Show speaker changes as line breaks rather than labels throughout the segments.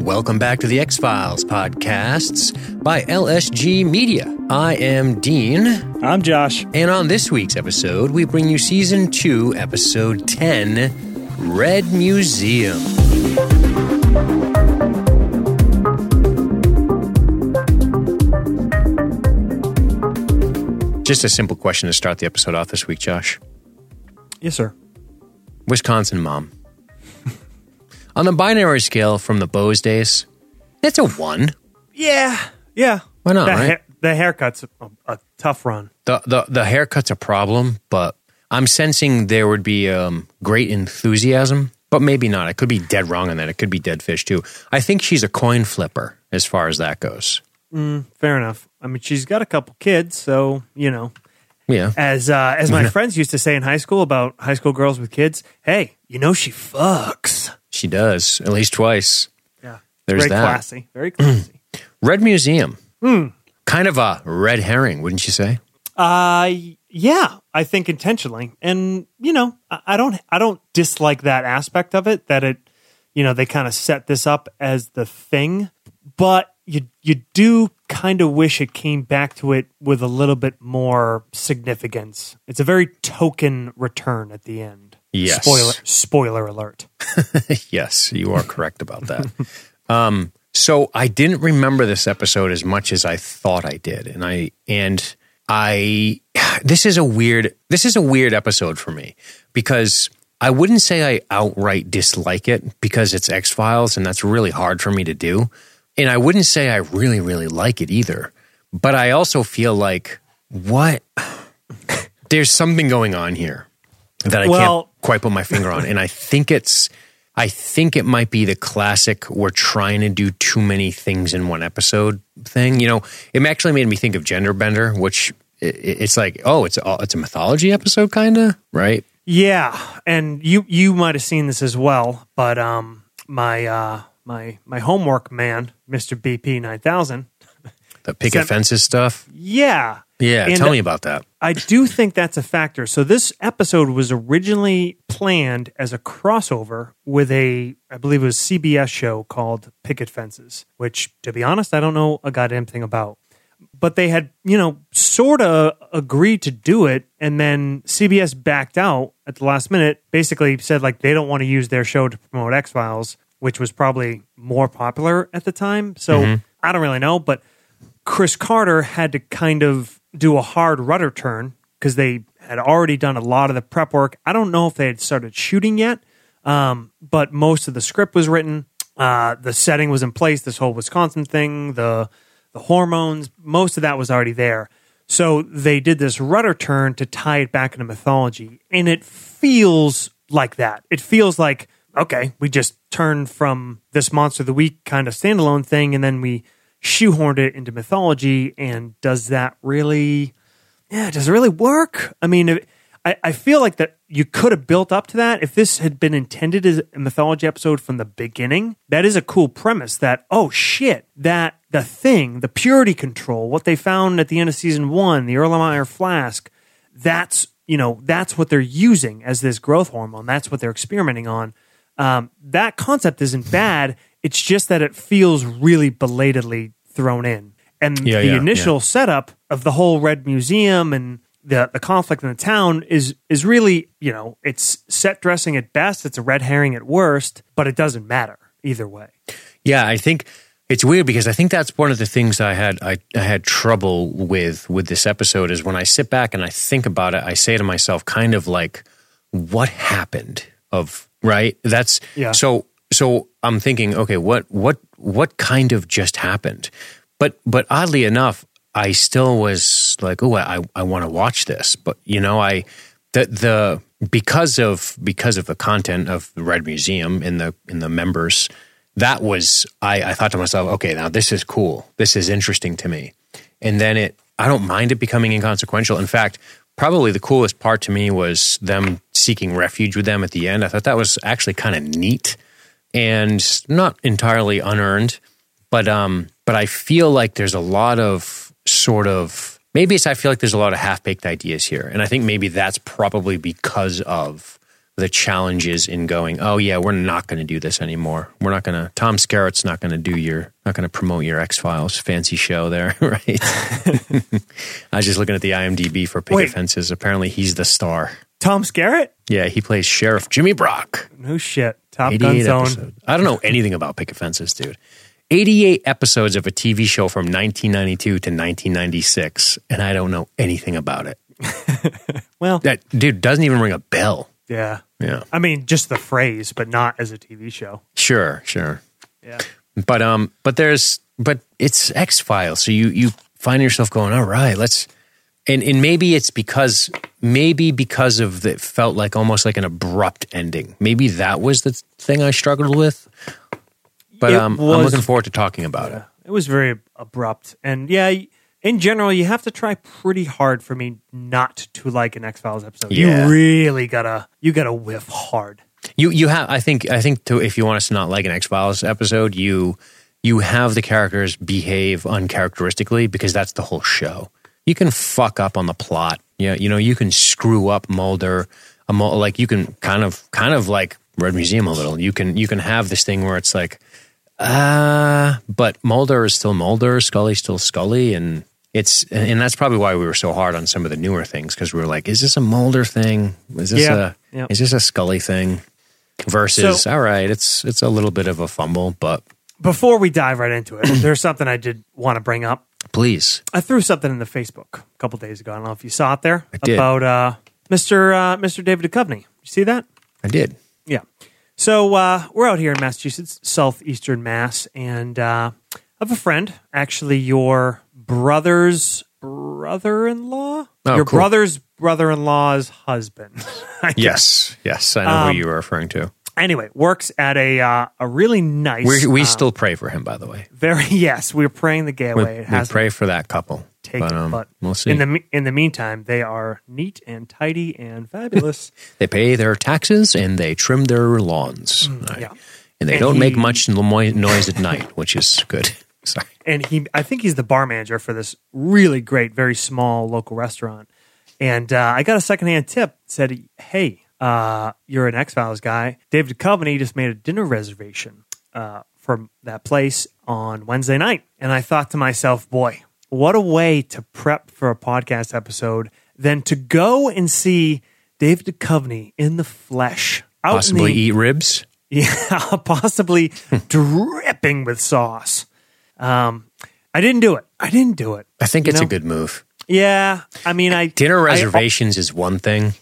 Welcome back to the X Files podcasts by LSG Media. I am Dean,
I'm Josh.
and on this week's episode, we bring you season 2, episode 10 Red Museum. Just a simple question to start the episode off this week, Josh.
Yes, sir.
Wisconsin mom. on the binary scale from the Bose days, it's a one.
Yeah. Yeah.
Why not,
The,
right?
the haircut's a, a tough run.
The, the the haircut's a problem, but I'm sensing there would be um, great enthusiasm, but maybe not. I could be dead wrong on that. It could be dead fish too. I think she's a coin flipper as far as that goes.
Fair enough. I mean, she's got a couple kids, so you know,
Yeah.
as uh, as my friends used to say in high school about high school girls with kids. Hey, you know she fucks.
She does, at least twice.
Yeah.
There's
Very
that.
classy. Very classy.
Red Museum. Kind of a red herring, wouldn't you say?
uh y- yeah, I think intentionally, and you know, I, I don't I don't dislike that aspect of it. That it, you know, they kind of set this up as the thing, but you you do kind of wish it came back to it with a little bit more significance. It's a very token return at the end.
Yes.
Spoiler spoiler alert.
yes, you are correct about that. um, so I didn't remember this episode as much as I thought I did, and I and I. This is a weird. This is a weird episode for me because I wouldn't say I outright dislike it because it's X Files, and that's really hard for me to do. And I wouldn't say I really, really like it either. But I also feel like what there's something going on here that I
Well-
can't quite put my finger on. And I think it's, I think it might be the classic we're trying to do too many things in one episode thing. You know, it actually made me think of Gender Bender, which i- i- it's like, oh, it's a, it's a mythology episode, kind of, right?
Yeah, and you you might have seen this as well, but um, my uh, my my homework man, Mister BP nine thousand.
The picket
Sem-
fences stuff.
Yeah,
Yeah,
And,
tell
uh,
me about that.
I do think that's a factor. So this episode was originally planned as a crossover with a, I believe it was CBS show called Picket Fences, which, to be honest, I don't know a goddamn thing about. But they had, you know, sort of agreed to do it, and then CBS backed out at the last minute. Basically, said like they don't want to use their show to promote X Files, which was probably more popular at the time. So I don't really know, but Chris Carter had to kind of do a hard rudder turn because they had already done a lot of the prep work. I don't know if they had started shooting yet, um, but most of the script was written. Uh, the setting was in place. This whole Wisconsin thing, the the hormones, most of that was already there. So they did this rudder turn to tie it back into mythology, and it feels like that. It feels like okay, we just turned from this monster of the week kind of standalone thing, and then we shoehorned it into mythology. And does that really? Yeah, does it really work? I mean, if- I, I feel like that you could have built up to that if this had been intended as a mythology episode from the beginning. That is a cool premise. That oh shit, that the thing, the purity control, what they found at the end of season one, the Erlenmeyer flask, that's you know that's what they're using as this growth hormone. That's what they're experimenting on. Um, that concept isn't bad. It's just that it feels really belatedly thrown in. And
Yeah,
the
yeah,
initial setup of the whole Red Museum and the the conflict in the town is is really you know it's set dressing at best. It's a red herring at worst, but it doesn't matter either way.
Yeah, I think it's weird because I think that's one of the things I had I, I had trouble with with this episode is when I sit back and I think about it, I say to myself, kind of like, what happened? Of right? That's
Yeah.
So so I'm thinking, okay, what what what kind of just happened? But but oddly enough, I still was like, oh, I I want to watch this, but you know, I the the because of because of the content of the Red Museum and the and the members, that was I, I thought to myself, okay, now this is cool. This is interesting to me. And then it I don't mind it becoming inconsequential. In fact, probably the coolest part to me was them seeking refuge with them at the end. I thought that was actually kind of neat and not entirely unearned but um but i feel like there's a lot of sort of maybe it's i feel like there's a lot of half-baked ideas here and i think maybe that's probably because of the challenges in going, oh yeah, we're not going to do this anymore. We're not going to. Tom Skerritt's not going to do your, not going to promote your X Files fancy show there, right? I was just looking at the IMDb for Picket
Wait.
Fences. Apparently, he's the star.
Tom Skerritt?
Yeah, he plays Sheriff Jimmy Brock.
No shit. Top Gun
88
Zone.
episodes. I don't know anything about Picket Fences, dude. 88 episodes of a TV show from 1992 to 1996, and I don't know anything about it.
Well,
That dude doesn't even ring a bell.
yeah.
Yeah,
I mean, just the phrase, but not as a TV show.
sure, sure.
Yeah.
but um but there's but it's x files so you you find yourself going all right let's and and maybe it's because maybe because of the it felt like almost like an abrupt ending maybe that was the thing i struggled with but
It
um i'm
was-
looking forward to talking about it
It was very abrupt. And yeah, in general, you have to try pretty hard for me not to like an X Files episode.
Yeah.
You really gotta you gotta whiff hard.
you you have i think i think to if you want us to not like an x files episode you you have the characters behave uncharacteristically because that's the whole show you can fuck up on the plot yeah you know you can screw up mulder a mul- like you can kind of kind of like red museum a little you can you can have this thing where it's like uh but mulder is still mulder scully's still scully and it's and that's probably why we were so hard on some of the newer things because we were like is this a mulder thing is this
Yeah,
a
yeah.
is this a scully thing versus
So-
all right it's it's a little bit of a fumble but
Before we dive right into it, there's something I did want to bring up.
please
I threw something in the Facebook a couple days ago. I don't know if you saw it there
did.
about uh, Mr. Uh, Mr. David Duchovny. You see that?
i did
Yeah. So uh, we're out here in Massachusetts, southeastern Mass, and uh, I have a friend, actually your brother's brother-in-law,
Oh,
your
cool.
brother's brother-in-law's husband.
yes yes i know
Um,
who you were referring to
anyway, works at a uh, a really nice.
we we
uh,
still pray for him by the way
very yes. We're praying the gay
we,
away. It
we
hasn't
pray for that couple
taken,
but, um,
but
we'll see
in the me- in the meantime, they are neat and tidy and fabulous.
they pay their taxes and they trim their lawns Right.
yeah.
and they
Hmm. And
don't make
he-
much noi- noise at night which is good sorry
and he I think he's the bar manager for this really great, very small local restaurant. And uh, I got a secondhand tip said, "Hey, uh, you're an X Files guy. David Coveney just made a dinner reservation uh, from that place on Wednesday night." And I thought to myself, "Boy, what a way to prep for a podcast episode than to go and see David Coveney in the flesh." Out in
possibly
the-
eat ribs
yeah, possibly dripping with sauce. Um, I didn't do it. I didn't do it.
i think
You
it's a
know?
good move
Yeah, I mean, I
dinner
I- Hmm.
reservations is one thing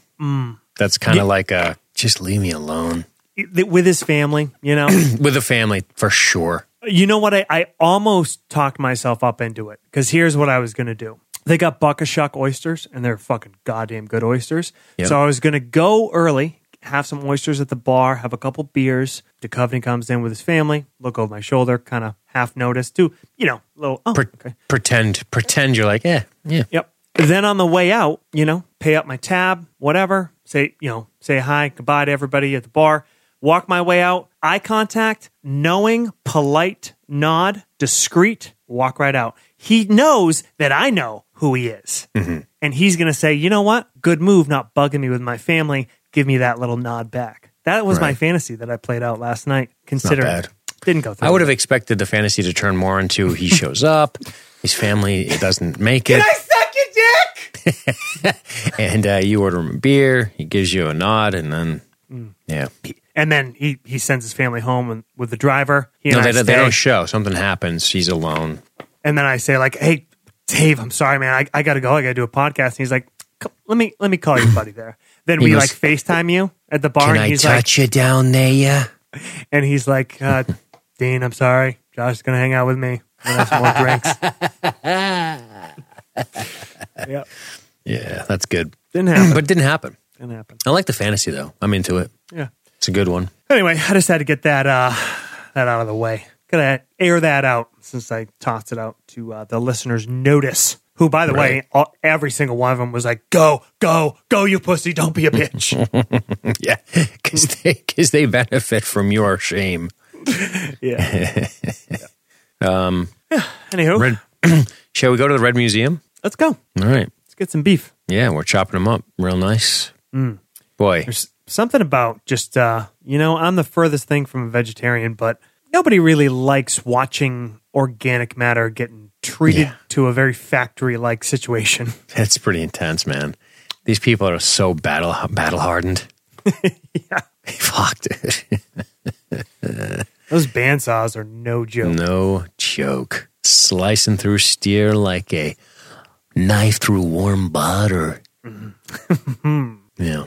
that's kind of like a just leave me alone
I- with his family. You know,
with a family for sure
you know what? I, I almost talked myself up into it because here's what I was gonna do. They got buckashuck oysters, and they're fucking goddamn good oysters.
Yep.
So I was gonna go early, have some oysters at the bar, have a couple beers. Duchovny comes in with his family. Look over my shoulder, kind of half notice, do you know, little oh,
Pre-
okay.
pretend pretend you're like yeah yeah
Yep. Then on the way out, you know, pay up my tab, whatever. Say, you know, say hi, goodbye to everybody at the bar. Walk my way out, eye contact, knowing, polite, nod, discreet, walk right out. He knows that I know who he is.
Mm-hmm.
And he's going to say, you know what? Good move, not bugging me with my family. Give me that little nod back. That was my
Right.
fantasy that I played out last night, considering.
bad.
Didn't go through.
i would have expected the fantasy to turn more into he shows up his family doesn't make it
suck your dick.
and uh, you order him a beer he gives you a nod and then
Mm.
yeah
And then he, he sends his family home and, with the driver. He and
no,
I
they, they
stay.
don't show something happens he's alone
and then I say like, "Hey, Dave, I'm sorry, man. I, I gotta go. I gotta do a podcast." And he's like, "C- "Let me let me call your buddy there." Then
He
we
goes,
like Facetime you at the bar,
can
and
i
he's
touch you down there yeah
like, and he's like, uh, "Dean, I'm sorry. Josh is gonna hang out with me. We're gonna have some more drinks." yeah,
yeah that's good
didn't happen.
but it didn't happen
didn't happen.
i like the fantasy though i'm into it
Yeah.
it's a good one
Anyway, I just had to get that uh, that out of the way. Gotta air that out since I tossed it out to uh, the listeners' notice. Who, by the
Right.
way, all, every single one of them was like, "Go, go, go, you pussy! Don't be a bitch."
Yeah, because they because they benefit from your shame.
yeah. um. Anywho,
Um, Red, shall we go to the Red Museum?
let's go.
All right.
Let's get some beef.
Yeah, we're chopping them up real nice. Boy,
Mm. There's something about just uh, you know I'm the furthest thing from a vegetarian, but nobody really likes watching organic matter getting treated
Yeah.
to a very factory like situation.
That's pretty intense, man. These people are so battle battle hardened.
yeah,
Fuck, dude.
those bandsaws are no joke.
No joke. Slicing through steer like a knife through warm butter. yeah.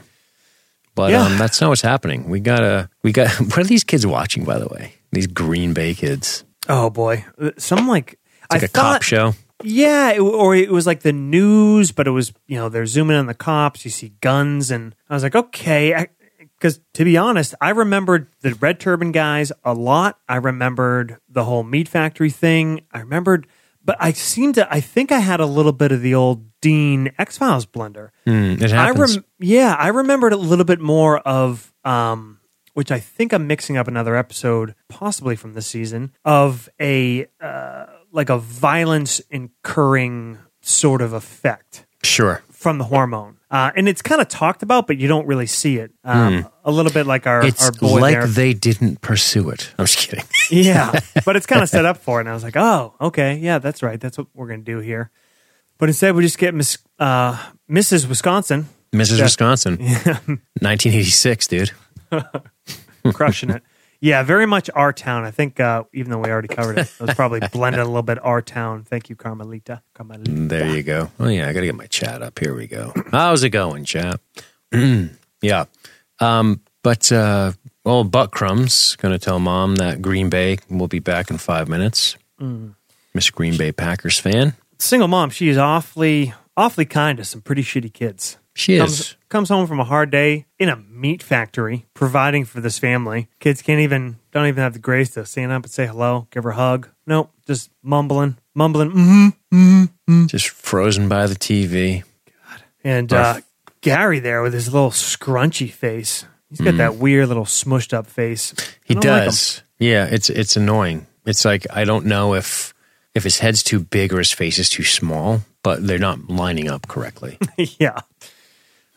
But
Mm-hmm. Yeah.
Um, that's not what's happening. We gotta, we got, what are these kids watching, by the way? These Green Bay kids.
Oh boy, Uh, some like
It's like
I
a
thought,
cop show.
yeah, it, or it was like the news, but it was you know they're zooming in on the cops. You see guns, and I was like, okay, because to be honest, I remembered the red turban guys a lot. I remembered the whole meat factory thing. I remembered, but I seemed to. I think I had a little bit of the old Dean X Files blender.
Mm, it
I
happens.
rem- yeah, I remembered a little bit more of um, which I think I'm mixing up another episode, possibly from this season, of a uh, like a violence incurring sort of effect
sure.
from the hormone, uh, and it's kind of talked about, but you don't really see it. Um, A little bit like our our
Hmm. It's
boy
like
there.
they didn't pursue it. I'm just kidding.
yeah, but it's kind of set up for it. And I was like, oh, okay, yeah, that's right. That's what we're gonna do here. But instead, we just get Miss uh, Mrs. Wisconsin
Mrs. Wisconsin, 1986, dude.
crushing it. Yeah, very much our town. I think uh, even though we already covered it, it was probably blended a little bit our town. Thank you, Carmelita. Carmelita.
There you go. Oh yeah, I gotta get my chat up. Here we go. How's it going, chat? yeah. Um, but uh old butt crumbs gonna tell mom that Green Bay will be back in five minutes.
Mm.
Miss Green Bay Packers fan.
Single mom. She is awfully, awfully kind to some pretty shitty kids.
She
Comes,
is.
comes home from a hard day in a meat factory, providing for this family. Kids can't even, don't even have the grace to stand up and say hello, give her a hug. Nope, just mumbling, mumbling. Mm-hmm.
Just frozen by the TV.
And uh, Gary there with his little scrunchy face. He's got that weird little smushed up face. I
Mm. He
don't like him.
does. yeah, it's it's annoying. It's like I don't know if if his head's too big or his face is too small, but they're not lining up correctly.
yeah.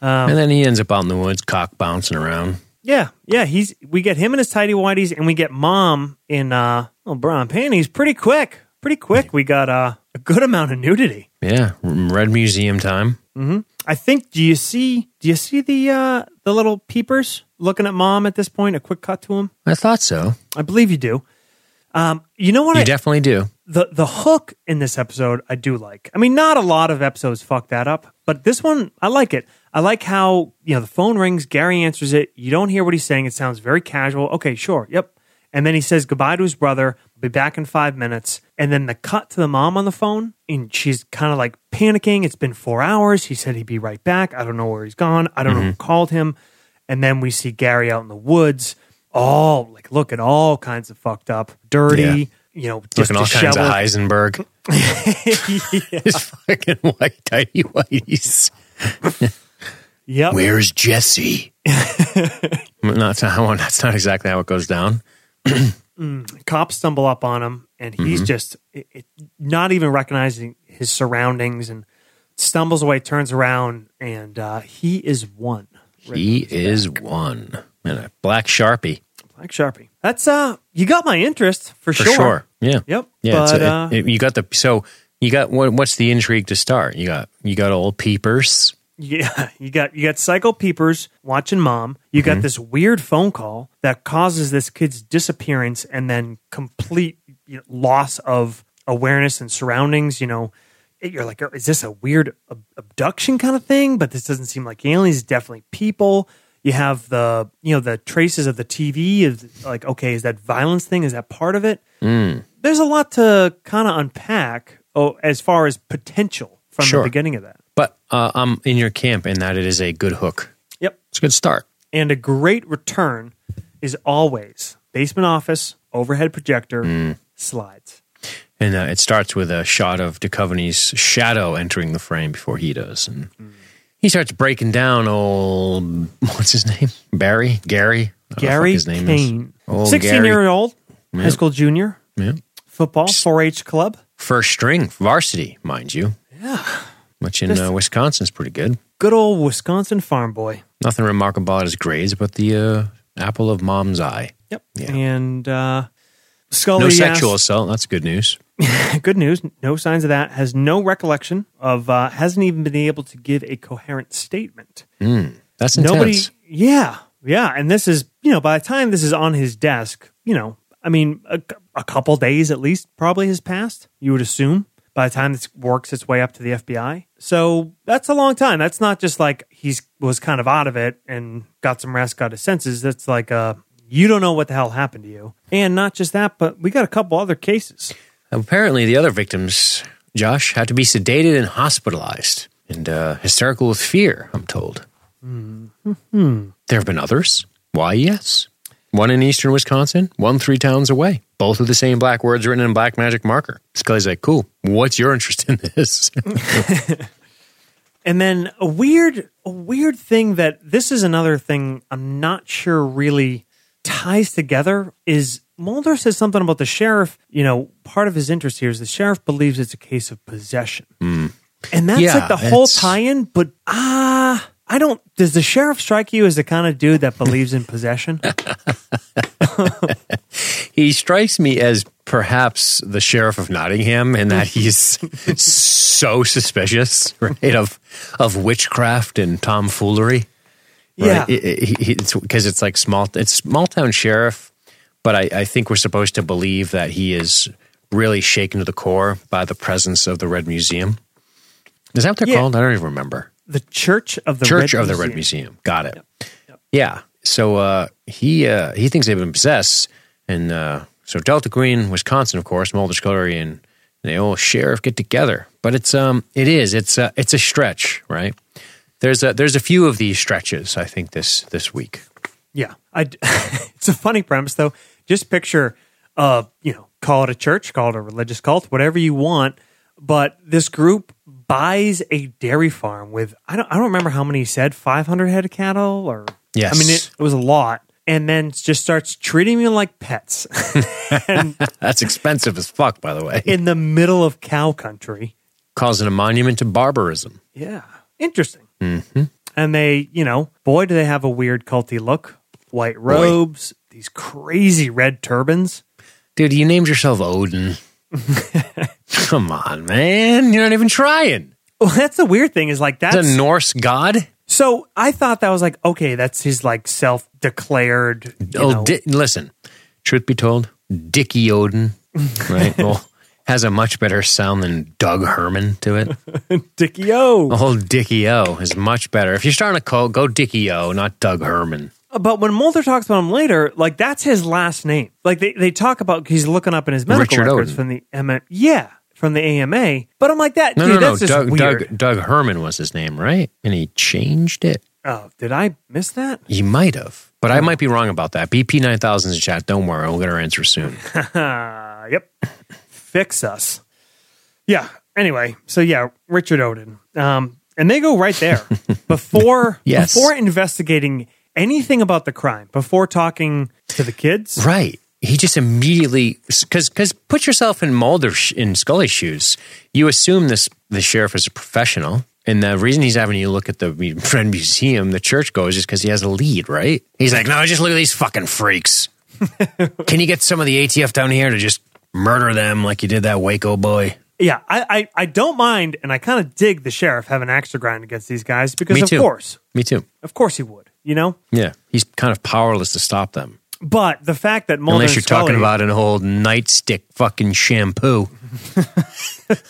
Um,
and then he ends up out in the woods, cock bouncing around.
Yeah, yeah. He's we get him in his tidy whities, and we get mom in uh little brown panties pretty quick. Pretty quick. We got uh, a good amount of nudity.
Yeah, Red Museum time.
I think. Do you see? Do you see the uh the little peepers looking at mom at this point? A quick cut to him.
I thought so.
I believe you do. Um, you know what?
You
I,
definitely do.
the the hook in this episode I do like. I mean, not a lot of episodes fuck that up, but this one I like it. I like how you know the phone rings, Gary answers it. You don't hear what he's saying. It sounds very casual. Okay, sure, yep. And then he says goodbye to his brother. I'll be back in five minutes. And then the cut to the mom on the phone, and she's kind of like panicking. It's been four hours. He said he'd be right back. I don't know where he's gone. I don't know who called him. And then we see Gary out in the woods, all like looking all kinds of fucked up, dirty.
Yeah.
You know, just
Looking all kinds of
disheveled.
Heisenberg. His fucking white tidy whities.
Yep.
Where's Jesse? not, how, that's not exactly how it goes down.
Cops stumble up on him, and he's
Mm-hmm.
just it, it, not even recognizing his surroundings and stumbles away, turns around, and uh, he is one.
He is one. And a black sharpie.
Black Sharpie. That's uh, you got my interest for,
For
sure.
sure. Yeah.
Yep.
Yeah. it's
but
a-
uh,
it- you got the, so you got, what, what's the intrigue to start? You got, you got old peepers.
yeah, you got you got psycho peepers watching mom. You got this weird phone call that causes this kid's disappearance and then complete you know, loss of awareness and surroundings. You know, It- you're like, is this a weird ab- abduction kind of thing? But this doesn't seem like aliens. It's Definitely people. You have the you know the traces of the TV is like okay, is that violence thing? Is that part of it? There's a lot to kind of unpack. Oh, as far as potential from
Sure.
the beginning of that.
But uh, I'm in your camp in that it is a good hook.
Yep.
It's a good start.
and a great return is always basement office, overhead projector,
Mm.
slides.
And uh, it starts with a shot of Duchovny's shadow entering the frame before he does, and he starts breaking down old what's his name Barry Gary I don't know what
Gary
his name
Kane,
is old
sixteen
Gary
year old high school junior,
Yeah.
football, four H club.
first string varsity mind you yeah which in
This-
uh, Wisconsin's pretty good.
Good old Wisconsin farm boy.
Nothing remarkable about his grades, but the uh, apple of mom's eye.
Yep.
Yeah.
And uh, Scully.
No
asks-
sexual assault. That's good news.
Good news. No signs of that. Has no recollection of. Uh, hasn't even been able to give a coherent statement.
That's intense.
Nobody. Yeah. Yeah. And this is you know by the time this is on his desk, you know, I mean, a, cou- a couple days at least probably has passed. You would assume by the time this works its way up to the FBI. So that's a long time. That's not just like he's was kind of out of it and got some rest, got his senses. That's like uh you don't know what the hell happened to you. And not just that, but we got a couple other cases.
Apparently, the other victims, Josh, had to be sedated and hospitalized and uh, hysterical with fear, I'm told. There have been others. Why, yes. One in eastern Wisconsin, one three towns away, both with the same black words written in black magic marker. Scully's like, cool, what's your interest in this?
And then a weird, a weird thing that this is another thing I'm not sure really ties together is Mulder says something about the sheriff. You know, part of his interest here is the sheriff believes it's a case of possession, and that's
Hmm. Yeah,
like the whole
it's-
tie-in. But ah, I don't. Does the sheriff strike you as the kind of dude that believes in possession?
he strikes me as perhaps the sheriff of Nottingham in that he's so suspicious, right, of, of witchcraft and tomfoolery.
Yeah,
right? because it's like small. It's small town sheriff, but I, I think we're supposed to believe that he is really shaken to the core by the presence of the Red Museum. Is that what they're
Yeah.
called? I don't even remember.
the Church of the
Church
Red
of the Red
Museum.
Museum. Got it. Yeah. So uh, he uh, he thinks they've been possessed, and uh, so Delta Queen, Wisconsin, of course, Mulder Scully and the old sheriff get together. But it's um it is it's uh, it's a stretch, right? There's a there's a few of these stretches I think this this week.
Yeah, I. d- it's a funny premise though. Just picture, uh, you know, call it a church, call it a religious cult, whatever you want. But this group buys a dairy farm with I don't I don't remember how many he said five hundred head of cattle or
Yes.
I mean it, it was a lot, and then just starts treating them like pets
That's expensive as fuck, by the way.
in the middle of cow country.
Causing a monument to barbarism.
Yeah. Interesting. Mm-hmm. And they, you know, boy, do they have a weird culty look. White robes, these crazy red turbans.
Dude, you named yourself Odin. Come on, man. You're not even trying.
Well, that's the weird thing is like that's
It's a Norse god.
so I thought that was like okay, that's his like self declared.
Oh, di- listen, truth be told, Dickie Odin, right? well, has a much better sound than Doug Herman to it.
Dickie O.
Old Dickie O is much better. If you're starting a cult, go Dickie O, not Doug Herman.
But when Mulder talks about him later, like that's his last name. Like they, they talk about he's looking up in his medical
Richard
records
Oden.
from the M- yeah from the AMA. But I'm like that
No,
dude.
no, no.
that's just
Doug,
weird.
Doug, Doug Herman was his name, right? And he changed it.
Oh, did I miss that?
He might have, but I might be wrong about that. BP 9000's in chat. Don't worry, we'll get our answer soon.
Uh, yep. Fix us. Yeah. Anyway, so yeah, Richard Odin. Um, and they go right there before
Yes.
before investigating anything about the crime, before talking to the kids.
right. He just immediately because because put yourself in Mulder's sh- in Scully's shoes. You assume this the sheriff is a professional, and the reason he's having you look at the mu- friend museum, the church goes, is because he has a lead, right? He's like, no, just look at these fucking freaks. Can you get some of the ATF down here to just murder them like you did that Waco boy?
Yeah, I I, I don't mind and I kind of dig the sheriff having an extra grind against these guys because
Me
of
too.
course.
Me too.
Of course he would, you know?
Yeah, he's kind of powerless to stop them.
But the fact that Mulder
Unless
and
you're
Scully-
talking about an old nightstick fucking shampoo.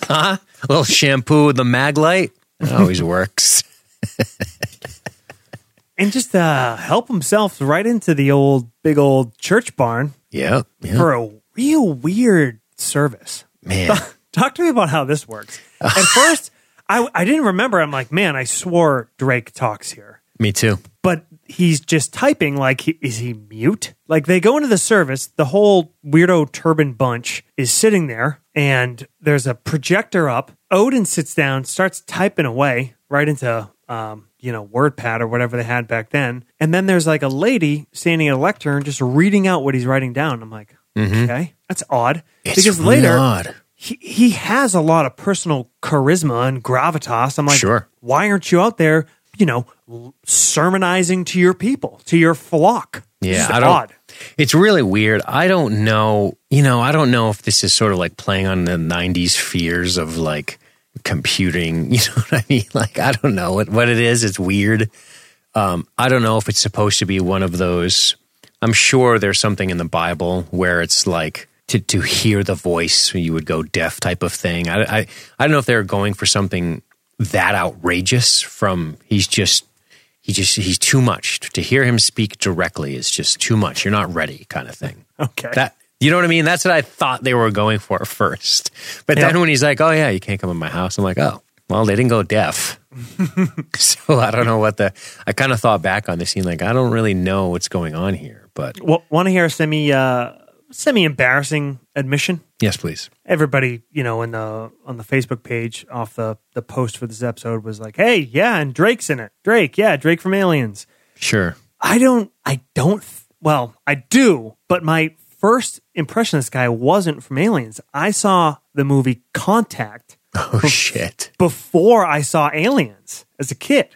huh? A little shampoo with the mag light? That always works.
and just uh help himself right into the old big old church barn
Yeah. yeah.
for a real weird service.
Man.
Talk to me about how this works. At first, I, I didn't remember. I'm like, man, I swore Drake talks here,
Me too.
but he's just typing. Like, he, is he mute? Like, they go into the service. The whole weirdo turban bunch is sitting there, and there's a projector up. Odin sits down, starts typing away right into. Um, you know, WordPad or whatever they had back then. And then there's like a lady standing at a lectern just reading out what he's writing down. I'm like, okay, that's odd.
Mm-hmm. It's
because later,
really odd.
he, he has a lot of personal charisma and gravitas. I'm like,
Sure.
why aren't you out there, you know, l- sermonizing to your people, to your flock? This
Yeah,
is
I don't.
odd.
It's really weird. I don't know. You know, I don't know if this is sort of like playing on the '90s fears of like computing. You know what I mean? Like, I don't know what what it is. It's weird. Um, I don't know if it's supposed to be one of those. I'm sure there's something in the Bible where it's like to to hear the voice, you would go deaf type of thing. I I, I don't know if they're going for something that outrageous. From he's just he just he's too much to hear him speak directly is just too much you're not ready kind of thing
Okay.
that you know what i mean that's what i thought they were going for first but
Yeah.
then when he's like oh yeah you can't come in my house i'm like oh well they didn't go deaf so i don't know what the i kind of thought back on the scene like i don't really know what's going on here but
well, want to hear a semi uh, semi embarrassing admission?
yes please
everybody you know in the on the facebook page off the the post for this episode was like hey yeah and drake's in it drake yeah drake from aliens
sure
i don't i don't well i do but my first impression of this guy wasn't from aliens i saw the movie contact
oh shit
before i saw aliens as a kid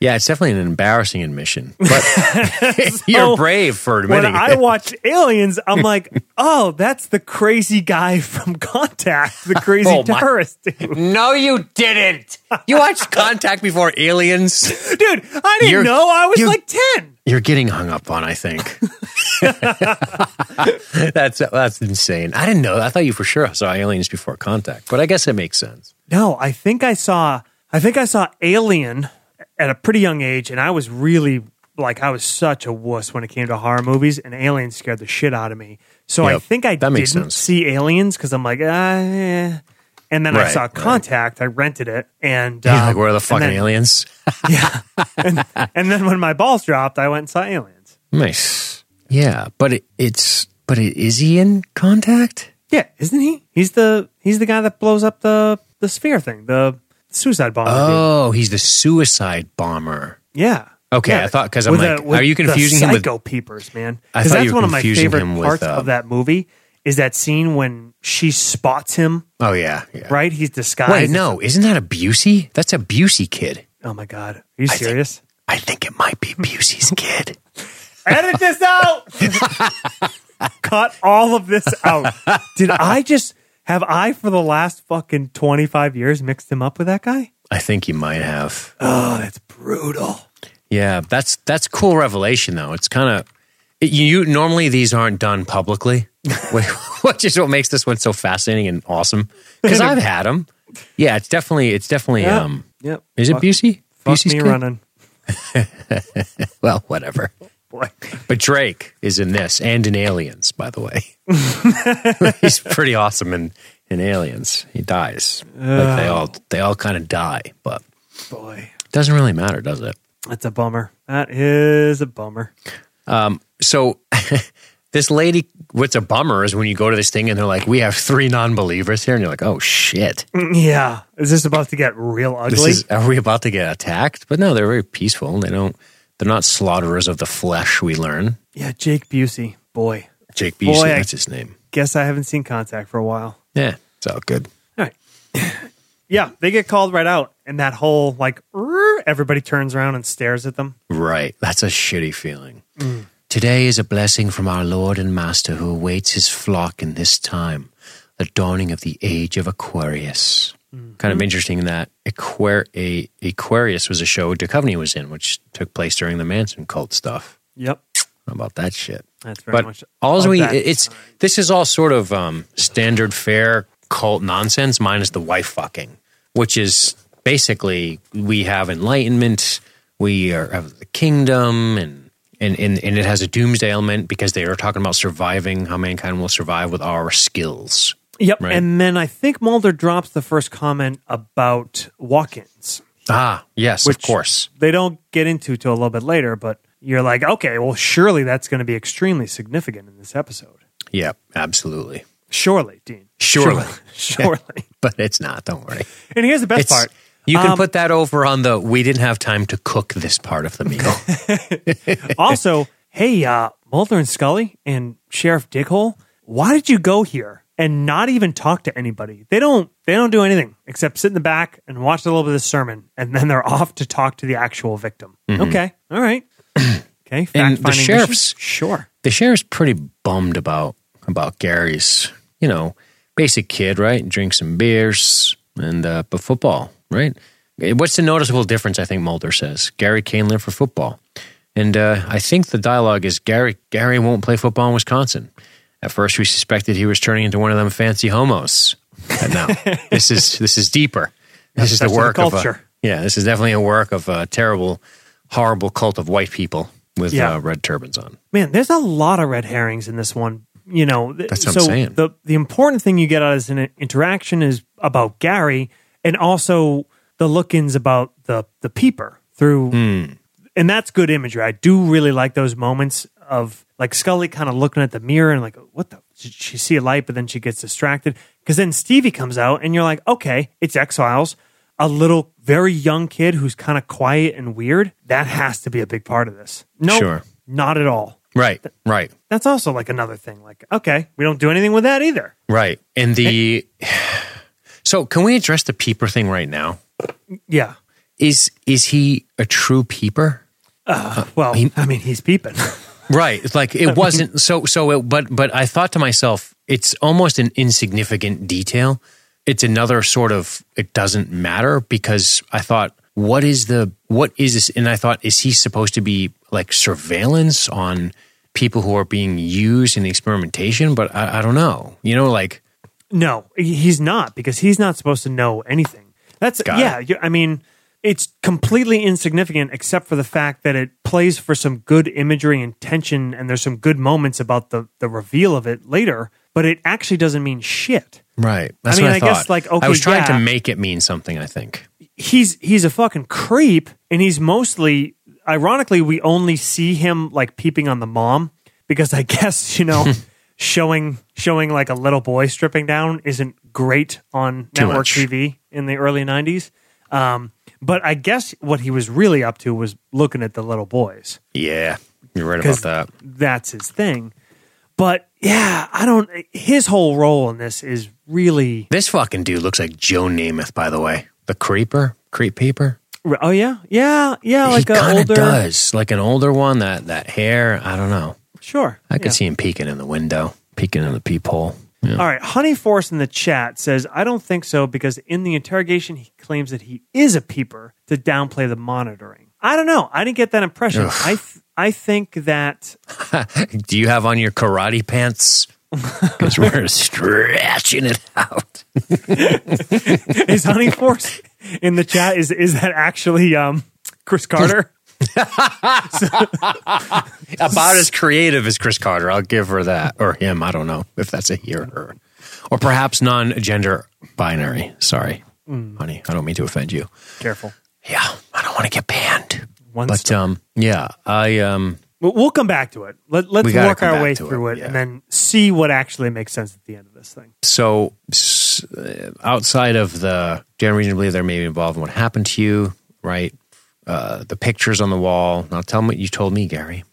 yeah it's definitely an embarrassing admission but
So,
you're brave for
when
admitting
i
it.
watched aliens i'm like oh that's the crazy guy from contact the crazy
Oh, my-
terrorist dude
no you didn't you watched contact before aliens
Dude, i didn't
You're-
know i was
you-
like 10
you're getting hung up on. I think that's that's insane. I didn't know. I thought you for sure saw aliens before contact, but I guess it makes sense.
No, I think I saw I think I saw Alien at a pretty young age and I was really like I was such a wuss when it came to horror movies and Alien scared the shit out of me. So I
Yep,
think I
that
didn't
makes sense.
see Aliens cuz I'm like ah, eh. and then I
Right,
saw
right.
Contact, I rented it and
You're
um,
like, where are the fucking
and then,
aliens?
and then when my balls dropped, I went and saw Aliens.
Nice. Yeah, but it, it's but it, is he in contact?
Yeah, isn't he? He's the he's the guy that blows up the the sphere thing, the suicide bomb.
Oh, he's the suicide bomber.
Yeah.
Okay,
Yeah.
I thought- 'cause I'm
With
like, are you
the
confusing him with-
Psycho Peepers, man?
I
Because
thought
that's
you were
one of my
confusing
favorite
him with,
parts
uh,
of that movie. Is that scene when she spots him?
Oh yeah, yeah.
Right, he's disguised.
Wait, no, isn't that a Busey? That's a Busey kid.
Oh my god, are you
think-
serious?
I think it might be Busey's kid.
Edit this out. Cut all of this out. Did I just have I for the last fucking twenty five years mixed him up with that guy?
I think you might have.
Oh, that's brutal.
Yeah, that's that's cool revelation though. It's kind of you, you normally these aren't done publicly, which- which is what makes this one so fascinating and awesome. Because I've had them. Yeah, it's definitely it's definitely
Yeah.
um.
Yep.
Is it
Fuck-
Busey?
Fuck
Busey's
me
kid?
running,
Well, whatever.
boy.
But Drake is in this and in Aliens, by the way. He's pretty awesome in in Aliens. He dies. Like they all they all kind of die, but
Boy,
doesn't really matter, does it?
that's a bummer. That is a bummer.
so this lady what's a bummer is when you go to this thing and they're like we have three non-believers here and you're like oh shit
Yeah. Is this about to get real ugly?
this is are we about to get attacked but no they're very peaceful they don't they're not slaughterers of the flesh we learn
yeah, Jake Busey. Boy.
jake
Boy,
Busey,
I-
that's his name
Guess I haven't seen contact for a while.
yeah it's all good
All right. yeah, they get called right out and that whole like "Rrr," everybody turns around and stares at them.
right that's a shitty feeling today is a blessing from our lord and master who awaits his flock in this time the dawning of the age of aquarius kind of interesting that Aquar- a- Aquarius was a show Duchovny was in, which took place during the Manson cult stuff.
Yep.
How about that shit?
That's very
But
much
all
of
we
that.
it's this is all sort of um, standard fare cult nonsense minus the wife fucking, which is basically we have enlightenment, we are have the kingdom and. And, and, and it has a doomsday element because they are talking about surviving, how mankind will survive with our skills.
Yep.
Right.
And then I think Mulder drops the first comment about walk ins.
Ah, yes, of
Which-
course.
They don't get into till a little bit later, but you're like, okay, well, surely that's going to be extremely significant in this episode.
Yeah, absolutely.
Surely, Dean.
Surely.
Surely.
but it's not. Don't worry.
And here's the best
It's,
part.
You can
Um,
put that over on the. We didn't have time to cook this part of the meal.
also, hey, uh, Mulder and Scully and Sheriff Dickhole, why did you go here? and not even talk to anybody. They don't they don't do anything except sit in the back and watch a little bit of the sermon, and then they're off to talk to the actual victim. Okay, all right, okay.
Mm-hmm. And the
fact-finding mission?
sheriff's-
sure.
the sheriff's pretty bummed about about Gary's, you know, basic kid, right? Drink some beers and uh, but football, right? Eh, What's the noticeable difference? I think Mulder says Gary Kane lived for football, and uh, I think the dialogue is Gary Gary won't play football in Wisconsin. At first, we suspected he was turning into one of them fancy homos, but no, this is this is deeper. This is the
Obsessed with
work of
culture.
a, yeah. This is definitely a work of a terrible, horrible cult of white people with
Yeah.
uh, red turbans on.
Man, there's a lot of red herrings in this one. You know, th-
That's what
so
I'm saying.
the the important thing you get out of this in- interaction is about Gary, and also the look-ins about the the peeper through,
Hmm.
and that's good imagery. I do really like those moments of like Scully kind of looking at the mirror and like, what the? Did she see a light, but then she gets distracted because then Stevie comes out, and you're like, okay, it's X Files. A little, very young kid who's kind of quiet and weird. That has to be a big part of this. No,
Sure.
not at all.
Right, right.
That's also like another thing. Like, okay, we don't do anything with that either.
Right. And the So can we address the peeper thing right now?
Yeah.
Is is he a true peeper?
Well, I mean, he's peeping.
Right. It's Like it wasn't so so it, but but I thought to myself it's almost an insignificant detail. It's another sort of it doesn't matter because I thought what is the what is this and I thought is he supposed to be like surveillance on people who are being used in experimentation but I, I don't know. You know like
no, he- he's not because he's not supposed to know anything. That's
Got
yeah. you- I mean, it's completely insignificant except for the fact that it plays for some good imagery and tension, and there's some good moments about the the reveal of it later. But it actually doesn't mean shit.
Right. That's
I mean,
what I,
I guess,
thought.
like,
I
okay,
was trying to
yeah.
make it mean something. I think.
he's he's a fucking creep and he's mostly ironically we only see him like peeping on the mom because i guess you know showing showing like a little boy stripping down isn't great on network
much.
tv in the early 90s um, but i guess what he was really up to was looking at the little boys
Yeah, you're right about
'Cause
that.
That's his thing. But yeah, I don't. His whole role in this is really.
This fucking dude looks like Joe Namath, by the way. The creeper, creep peeper.
Oh yeah, yeah, yeah. Oh, Like
he
a
kind of
older.
does, like an older one. That that hair. I don't know.
Sure,
I could
yeah.
see him peeking in the window, peeking in the peephole.
All right, Honey Force in the chat says, I don't think so because in the interrogation, he claims that he is a peeper to downplay the monitoring. I don't know. I didn't get that impression. I th- I think that
Do you have on your karate pants? Because we're stretching it out.
is Honey Force in the chat. Is is that actually um, Chris Carter?
About as creative as Chris Carter. I'll give her that, or him. I don't know if that's a he or her, or perhaps non-gender binary. Sorry, honey. I don't mean to offend you.
Careful.
Yeah, I don't want to get banned.
One
but um, yeah, I um,
We'll, we'll come back to it. Let, let's
We gotta
work
come
our
back
way
to it,
through it,
yeah.
and then see what actually makes sense at the end of this thing.
so s- uh, outside of the general reason to believe they're maybe involved in what happened to you, right? Uh, the pictures on the wall. Now tell me what you told me, Gary.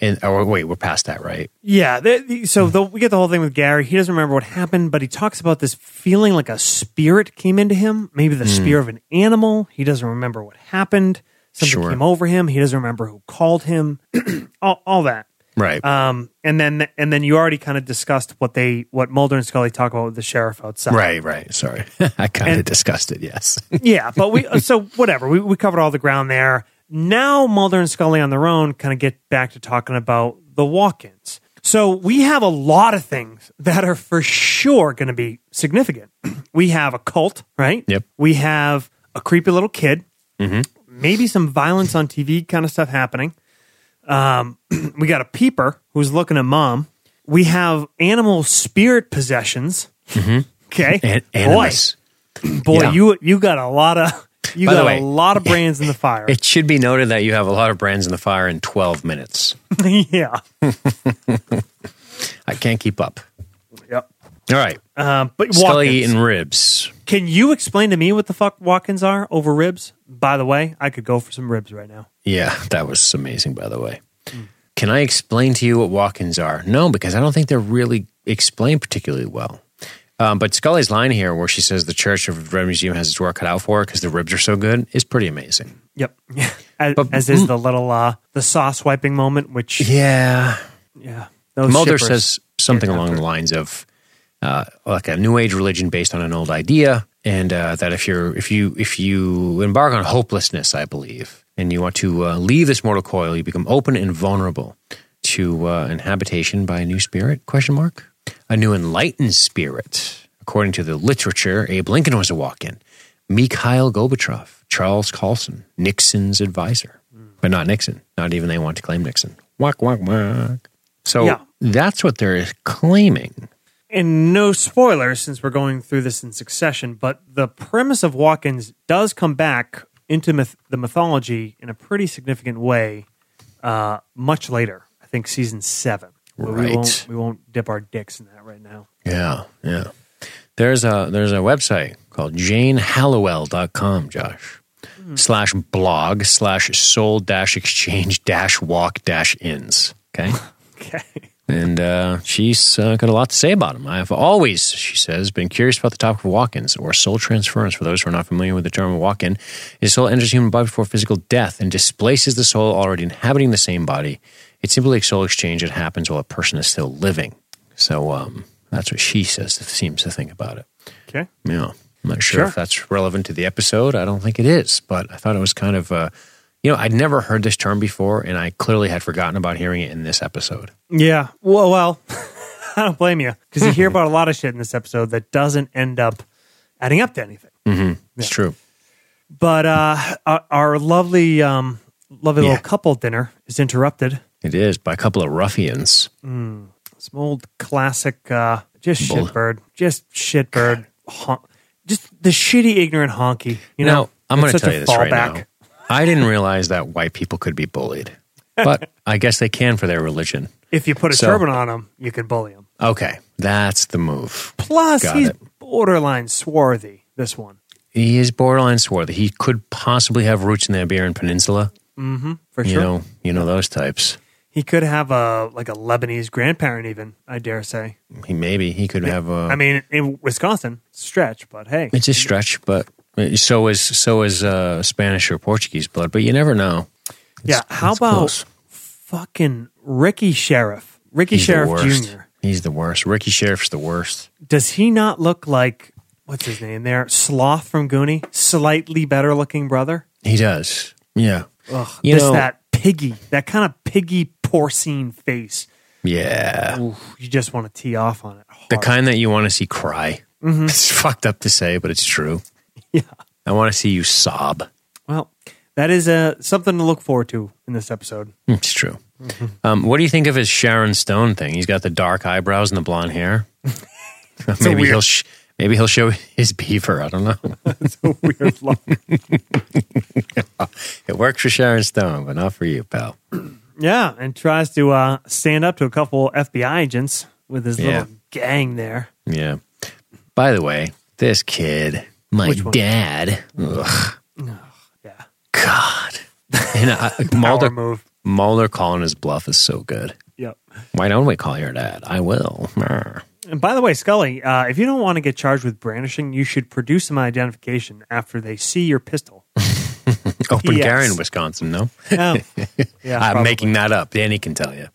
And or wait, we're past that, right?
Yeah. th- th- so the, we get the whole thing with Gary. He doesn't remember what happened, but he talks about this feeling like a spirit came into him, maybe the spirit of an animal. He doesn't remember what happened. Something
Sure.
came over him. He doesn't remember who called him. all, all that.
Right.
Um, and then and then you already kind of discussed what they what Mulder and Scully talk about with the sheriff outside.
right. Right. Sorry, I kind of
and-
discussed it. Yes.
yeah, but we uh, so whatever we we covered all the ground there. Now Mulder and Scully on their own kind of get back to talking about the walk-ins. So we have a lot of things that are for sure going to be significant. we have a cult, right?
Yep. Mm-hmm.
We have a creepy little kid. Maybe some violence on TV kind of stuff happening. Um, we got a peeper who's looking at mom. We have animal spirit possessions. Okay,
An-
Boy.
Mm-hmm. animus.
Boy,
Yeah.
you you got a lot of you
By the
got
way-
a lot of brands in the fire.
It should be noted that you have a lot of brands in the fire in twelve minutes.
yeah.
I can't keep up.
Yep.
All right,
Um, but
Scully
Watkins,
eating ribs.
can you explain to me what the fuck Watkins are over ribs? By the way, I could go for some ribs right now.
Yeah, that was amazing, by the way. Can I explain to you what walk ins are? No, because I don't think they're really explained particularly well. Um, but Scully's line here, where she says the Church of Red Museum has its work cut out for it because the ribs are so good, is pretty amazing.
Yep. as,
But-
as is the little uh, the saw swiping moment, which
Yeah.
yeah. Those
Mulder
shippers-
says something
Yeah,
along the lines of uh, like a new age religion based on an old idea, and uh, that if you're if you if you embark on hopelessness, I believe, and you want to uh, leave this mortal coil, you become open and vulnerable to uh, inhabitation by a new spirit? Question mark. A new enlightened spirit, according to the literature Abe Lincoln was a walk-in. Mikhail Gorbachev, Charles Colson, Nixon's advisor, but not Nixon. Not even they want to claim Nixon. Whack whack whack. So
Yeah.
that's what they're claiming.
and no spoilers since we're going through this in succession, but the premise of Watkins does come back into myth- the mythology in a pretty significant way uh, much later. I think season seven. But
Right.
We won't, we won't dip our dicks in that right now.
Yeah, yeah. There's a there's a website called janehallowell.com, Josh. Slash blog slash soul dash exchange dash walk dash ins. Okay.
Okay.
And uh, she's uh, got a lot to say about them. I have always, she says, been curious about the topic of walk ins or soul transference. For those who are not familiar with the term walk in, the soul enters the human body before physical death and displaces the soul already inhabiting the same body. It's simply a soul exchange that happens while a person is still living. So um, that's what she says, seems to think about it.
Okay.
Yeah. I'm not sure,
Sure.
if that's relevant to the episode. I don't think it is, but I thought it was kind of, uh, you know, I'd never heard this term before, and I clearly had forgotten about hearing it in this episode.
Yeah. Well, well, I don't blame you because you hear about a lot of shit in this episode that doesn't end up adding up to anything.
It's true.
But uh, our- our lovely, um, lovely
Yeah.
little couple dinner is interrupted.
It is by a couple of ruffians.
Some old classic, uh, just
Bull.
shitbird, just shitbird, hon- just the shitty ignorant honky. You know,
now, I'm going to
It's such
tell
a
you this right
fallback.
now. I didn't realize that white people could be bullied, but I guess they can for their religion.
If you put a
So-
turban on him, you can bully him.
Okay, that's the move.
Plus,
Got
he's
it.
borderline swarthy. This one,
He is borderline swarthy. He could possibly have roots in the Iberian Peninsula.
for
You
sure.
know, you know those types.
He could have a like a Lebanese grandparent, even I dare say.
He maybe he could have. A,
I mean, in Wisconsin, stretch, but hey,
it's a stretch, but so is so is uh, Spanish or Portuguese blood. But you never know.
yeah. How
it's
about
close.
fucking Ricky Sheriff, Ricky
He's the
Sheriff
worst.
Jr.
He's the worst. Ricky Sheriff's the worst.
Does he not look like what's his name there? Sloth from Goonie, slightly better looking brother.
He does. Yeah.
Ugh,
You
just
know-
that piggy, that kind of piggy porcine face.
Yeah.
Ooh, you just want to tee off on it.
The
hard. Mm-hmm.
kind that you want to see cry. It's fucked up to say, but it's true.
Yeah.
I want to see you sob.
Well, that is uh, something to look forward to in this episode.
Mm, It's true.
Mm-hmm.
Um, what do you think of his Sharon Stone thing? He's got the dark eyebrows and the blonde hair. maybe
weird-
he'll sh- maybe he'll show his beaver. I don't know.
Weird luck.
it works for Sharon Stone, but not for you, pal.
Yeah, and tries to uh, stand up to a couple FBI agents with his
Yeah.
little gang there.
Yeah. By the way, this kid, my
Which one?
dad. Ugh,
Yeah,
God. And I, Mulder,
Power move.
Mulder calling his bluff is so good.
Yep.
Why don't we call your dad? I will. Arr.
And by the way, Scully, uh, if you don't want to get charged with brandishing, you should produce some identification after they see your pistol.
Open
Yes.
carry in Wisconsin, no?
Oh. yeah,
I'm
probably.
making that up. Danny can tell you.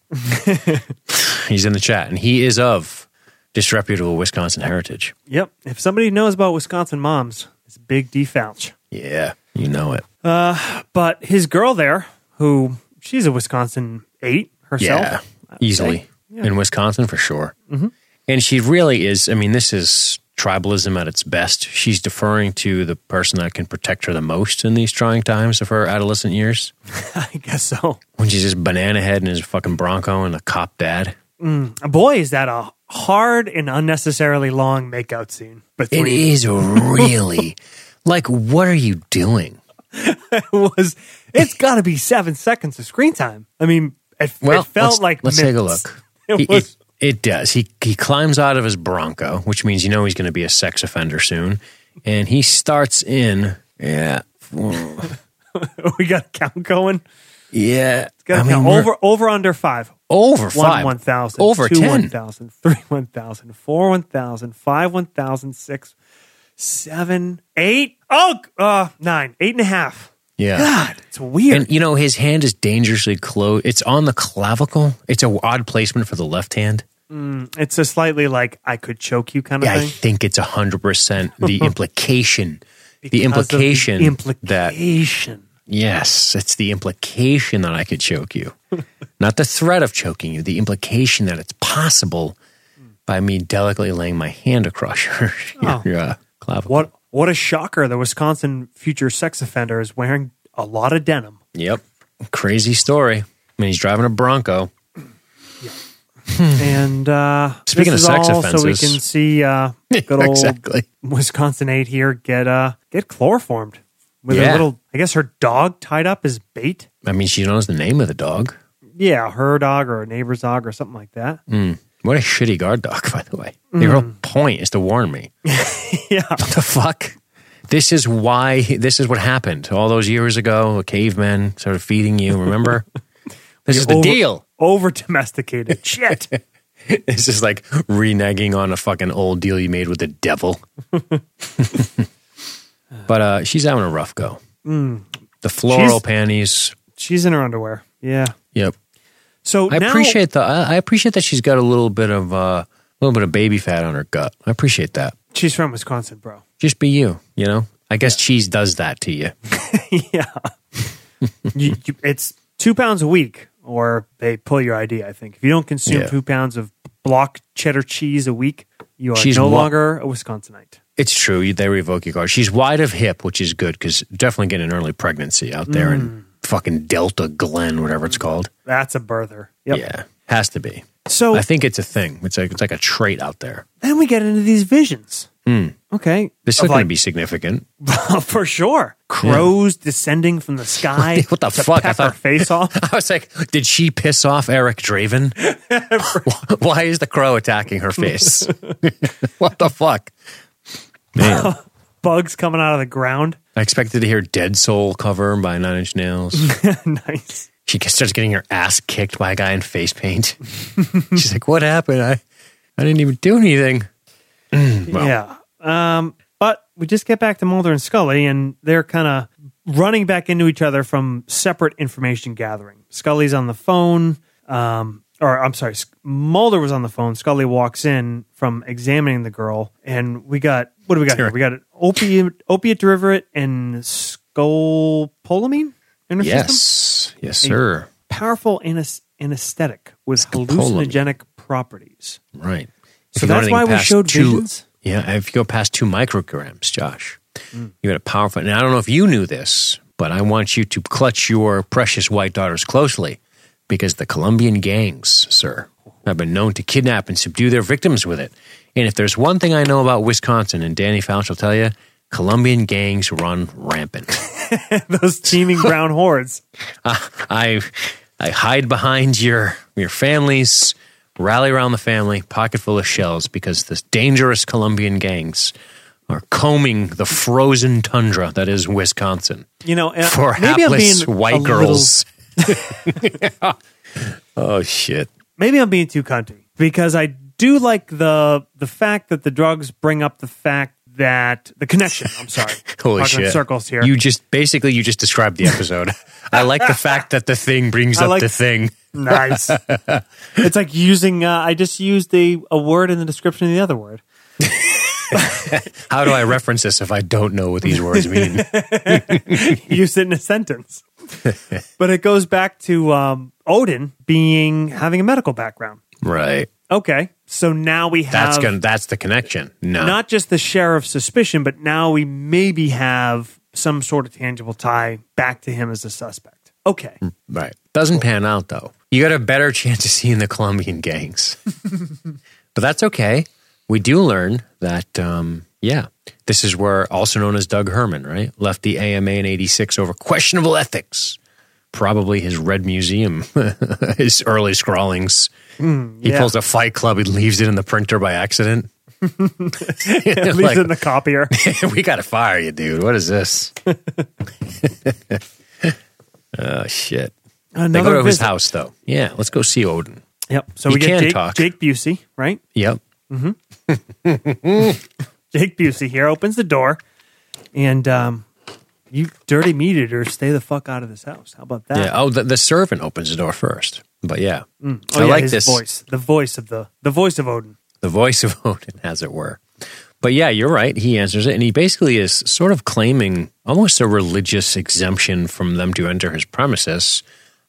He's in the chat, and he is of disreputable Wisconsin heritage.
Yep. If somebody knows about Wisconsin moms, it's big D Fouch.
Yeah, you know it.
But his girl there, who she's a Wisconsin eight herself.
Yeah, easily in Wisconsin for sure.
Mm-hmm.
And she really is. I mean, this is tribalism at its best. She's deferring to the person that can protect her the most in these trying times of her adolescent years,
I guess so.
when she's just banana head and his fucking Bronco and a cop dad.
Boy, is that a hard and unnecessarily long makeout scene. But
It
three
is really like, what are you doing?
was it's got to be seven seconds of screen time. I mean, it,
Well,
it felt
let's,
like
let's take a
minutes.
look.
It
He-
was
it, it does. He he climbs out of his Bronco, which means you know he's going to be a sex offender soon, and he starts in. Yeah.
we got a count going.
Yeah.
Gotta count.
we're
over over under five.
over
One
five.
one thousand.
Over
two
10.
one thousand. Three one thousand. Four one thousand. Five one thousand. Six, seven, eight. Oh, uh, nine. Eight and a half.
Yeah.
God, it's weird.
And you know, his hand is dangerously close. It's on the clavicle. It's a odd placement for the left hand.
it's a slightly like I could choke you kind of
Yeah, I
thing.
think it's hundred percent the implication. the
Because of
implication, that
implication.
yes, it's the implication that I could choke you, not the threat of choking you. The implication that it's possible by me delicately laying my hand across your, your,
Oh.
uh, clavicle.
What what a shocker! The Wisconsin future sex offender is wearing a lot of denim.
Yep, crazy story. I mean, he's driving a Bronco.
and uh,
Hmm. Speaking
this
of
is
sex
all so we
offenses.
can see uh, good old
exactly.
Wisconsin aide here get uh, get chloroformed with a
Yeah.
little. I guess her dog tied up as bait.
I mean, she knows the name of the dog.
Yeah, her dog or a neighbor's dog or something like that.
Mm. What a shitty guard dog, by the way. The real point is to warn me.
Mm. yeah,
What the fuck? This is why, this is what happened all those years ago. Cavemen started feeding you, remember? this is the
over-
deal.
over domesticated. Shit.
This is like reneging on a fucking old deal you made with the devil. but uh, she's having a rough go. The floral
Mm. She's-
panties.
She's in her underwear. Yeah.
Yep.
So
I
now-
appreciate the, I, I appreciate that she's got a little bit of, uh, a little bit of baby fat on her gut. I appreciate that.
she's from Wisconsin, bro.
just be you you know i guess cheese does that to you
yeah. you, you, it's two pounds a week, or they pull your ID. I think if you don't consume
Yeah.
two pounds of block cheddar cheese a week, you are
She's
no
wa-
longer a Wisconsinite.
it's true you- they revoke your card she's wide of hip which is good because definitely getting an early pregnancy out there
Mm.
in fucking delta glen whatever it's called
That's a birther. Yep.
yeah has to be
So
i think it's a thing it's like it's like a trait out there
then we get into these visions. Okay,
Hmm. this
Of
is going
like-
to be significant
for sure. Crows descending from the sky.
What the
to
fuck? I
Peck our
thought-
face off.
i was like did she piss off eric draven why is the crow attacking her face what the fuck man
Bugs coming out of the ground.
i expected to hear dead soul cover by nine inch nails
nice.
she gets- starts getting her ass kicked by a guy in face paint. She's like, "What happened? I, I didn't even do anything."
Yeah. Um, but we just get back to Mulder and Scully, and they're kind of running back into each other from separate information gathering. Scully's on the phone. Um, or I'm sorry, Sc- Mulder was on the phone. Scully walks in from examining the girl, and we got what do we got here? We got an opiate opiate derivative and scopolamine. in her
Yes,
system?
yes, sir.
powerful anes- anesthetic with
Scopolamine.
hallucinogenic properties.
Right. If
So
you go
that's
anything
why we
past
showed
two,
visions.
Yeah, if you go past two micrograms, Josh,
Hmm.
you had a powerful. And I don't know if you knew this, but I want you to clutch your precious white daughters closely, because the Colombian gangs, sir, have been known to kidnap and subdue their victims with it. And if there's one thing I know about Wisconsin, and Danny Fouch will tell you, Colombian gangs run rampant.
Those teeming brown hordes.
I I hide behind your your families, rally around the family, pocket full of shells, because this dangerous Colombian gangs are combing the frozen tundra that is Wisconsin
You know, and
for
maybe I'm being
hapless
a
white
little-
girls. oh shit!
maybe I'm being too cunty because I do like the the fact that the drugs bring up the fact that the connection. I'm sorry,
Holy
Talking in
shit!
Circles here.
You just basically you just described the episode. I like the fact that the thing brings
I
up
like-
the thing.
nice. it's like using. Uh, I just used a a word in the description of the other word.
How do I reference this if I don't know what these words mean?
use it in a sentence. but it goes back to um, Odin being having a medical background.
right.
Okay, so now we have
That's gonna. That's the connection. No.
not just the sheriff's suspicion, but now we maybe have some sort of tangible tie back to him as a suspect. Okay.
Right. Doesn't pan out though. You got a better chance of seeing the Colombian gangs. but that's okay. We do learn that, um, yeah, this is where, also known as Doug Herman, right? Left the AMA in 86 over questionable ethics. Probably his Red Museum, his early scrawlings. He
Mm, yeah.
pulls a fight club, he leaves it in the printer by accident.
At least in the copier.
we got to fire you, dude. What is this? oh, shit. They
Another
go to his
visit.
house, though. Yeah, let's go see Odin.
Yep. So
You
we get
can
Jake,
talk.
Jake Busey, right?
Yep.
Jake Busey here opens the door, and um, you dirty meat eater, stay the fuck out of this house. How about that?
Yeah. Oh, the, the servant opens the door first. But yeah,
Oh,
I
yeah,
like
his
this.
voice, the voice of the the voice of Odin.
the voice of Odin, as it were. But yeah, you're right. He answers it, and he basically is sort of claiming almost a religious exemption from them to enter his premises.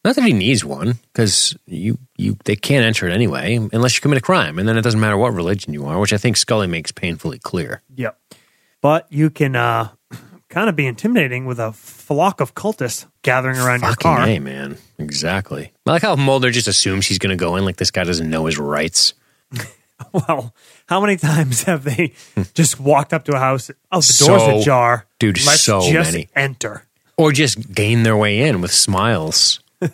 Not that he needs one, because you, you they can't enter it anyway, unless you commit a crime, and then it doesn't matter what religion you are, which I think Scully makes painfully clear.
Yep. But you can uh, kind of be intimidating with a flock of cultists gathering around your
Fucking
car.
A, man. Exactly. I like how Mulder just assumes he's going to go in, like this guy doesn't know his rights.
Well, how many times have they just walked up to a house? Oh, the
So-
door's ajar.
dude,
Let's
so
just
many.
enter.
Or just gain their way in with smiles.
The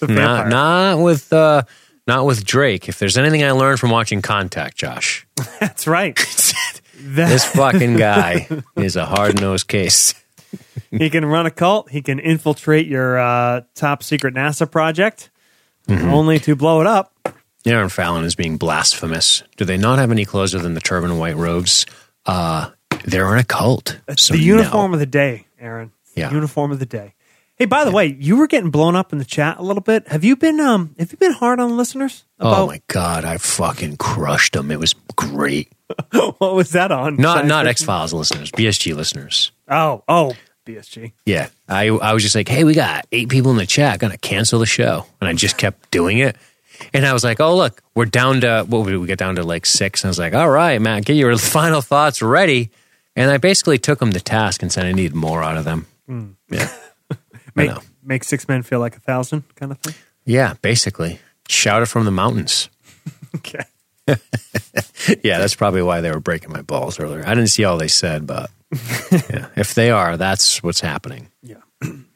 Not,
vampire.
not with uh, not with Drake. If there's anything I learned from watching Contact, Josh,
That's right. That-
this fucking guy is a hard nosed case.
he can run a cult. He can infiltrate your uh, top secret NASA project,
Mm-hmm.
only to blow it up.
Aaron Fallon is being blasphemous. Do they not have any clothes other than the turban and white robes? Uh, they're in a cult.
It's
so
Uh, the
no.
uniform of the day, Aaron. It's the
Yeah.
uniform of the day. Hey, by the way, you were getting blown up in the chat a little bit. Have you been um have you been hard on listeners
Oh
about
my god! I fucking crushed them. It was great.
what was that on?
Not
Science
not X
fiction?
Files listeners, BSG listeners.
Oh, oh, BSG.
Yeah. I, I was just like, hey, we got eight people in the chat. Gonna cancel the show. And I just kept doing it. And I was like, oh, look, we're down to, what did we get down to like six? And I was like, all right, Matt, get your final thoughts ready. And I basically took them to task and said, I need more out of them. Yeah.
Make
know.
make six men feel like a thousand kind of thing.
Yeah, basically. Shout it from the mountains.
Okay.
yeah, that's probably why they were breaking my balls earlier. I didn't see all they said, but yeah, if they are, that's what's happening.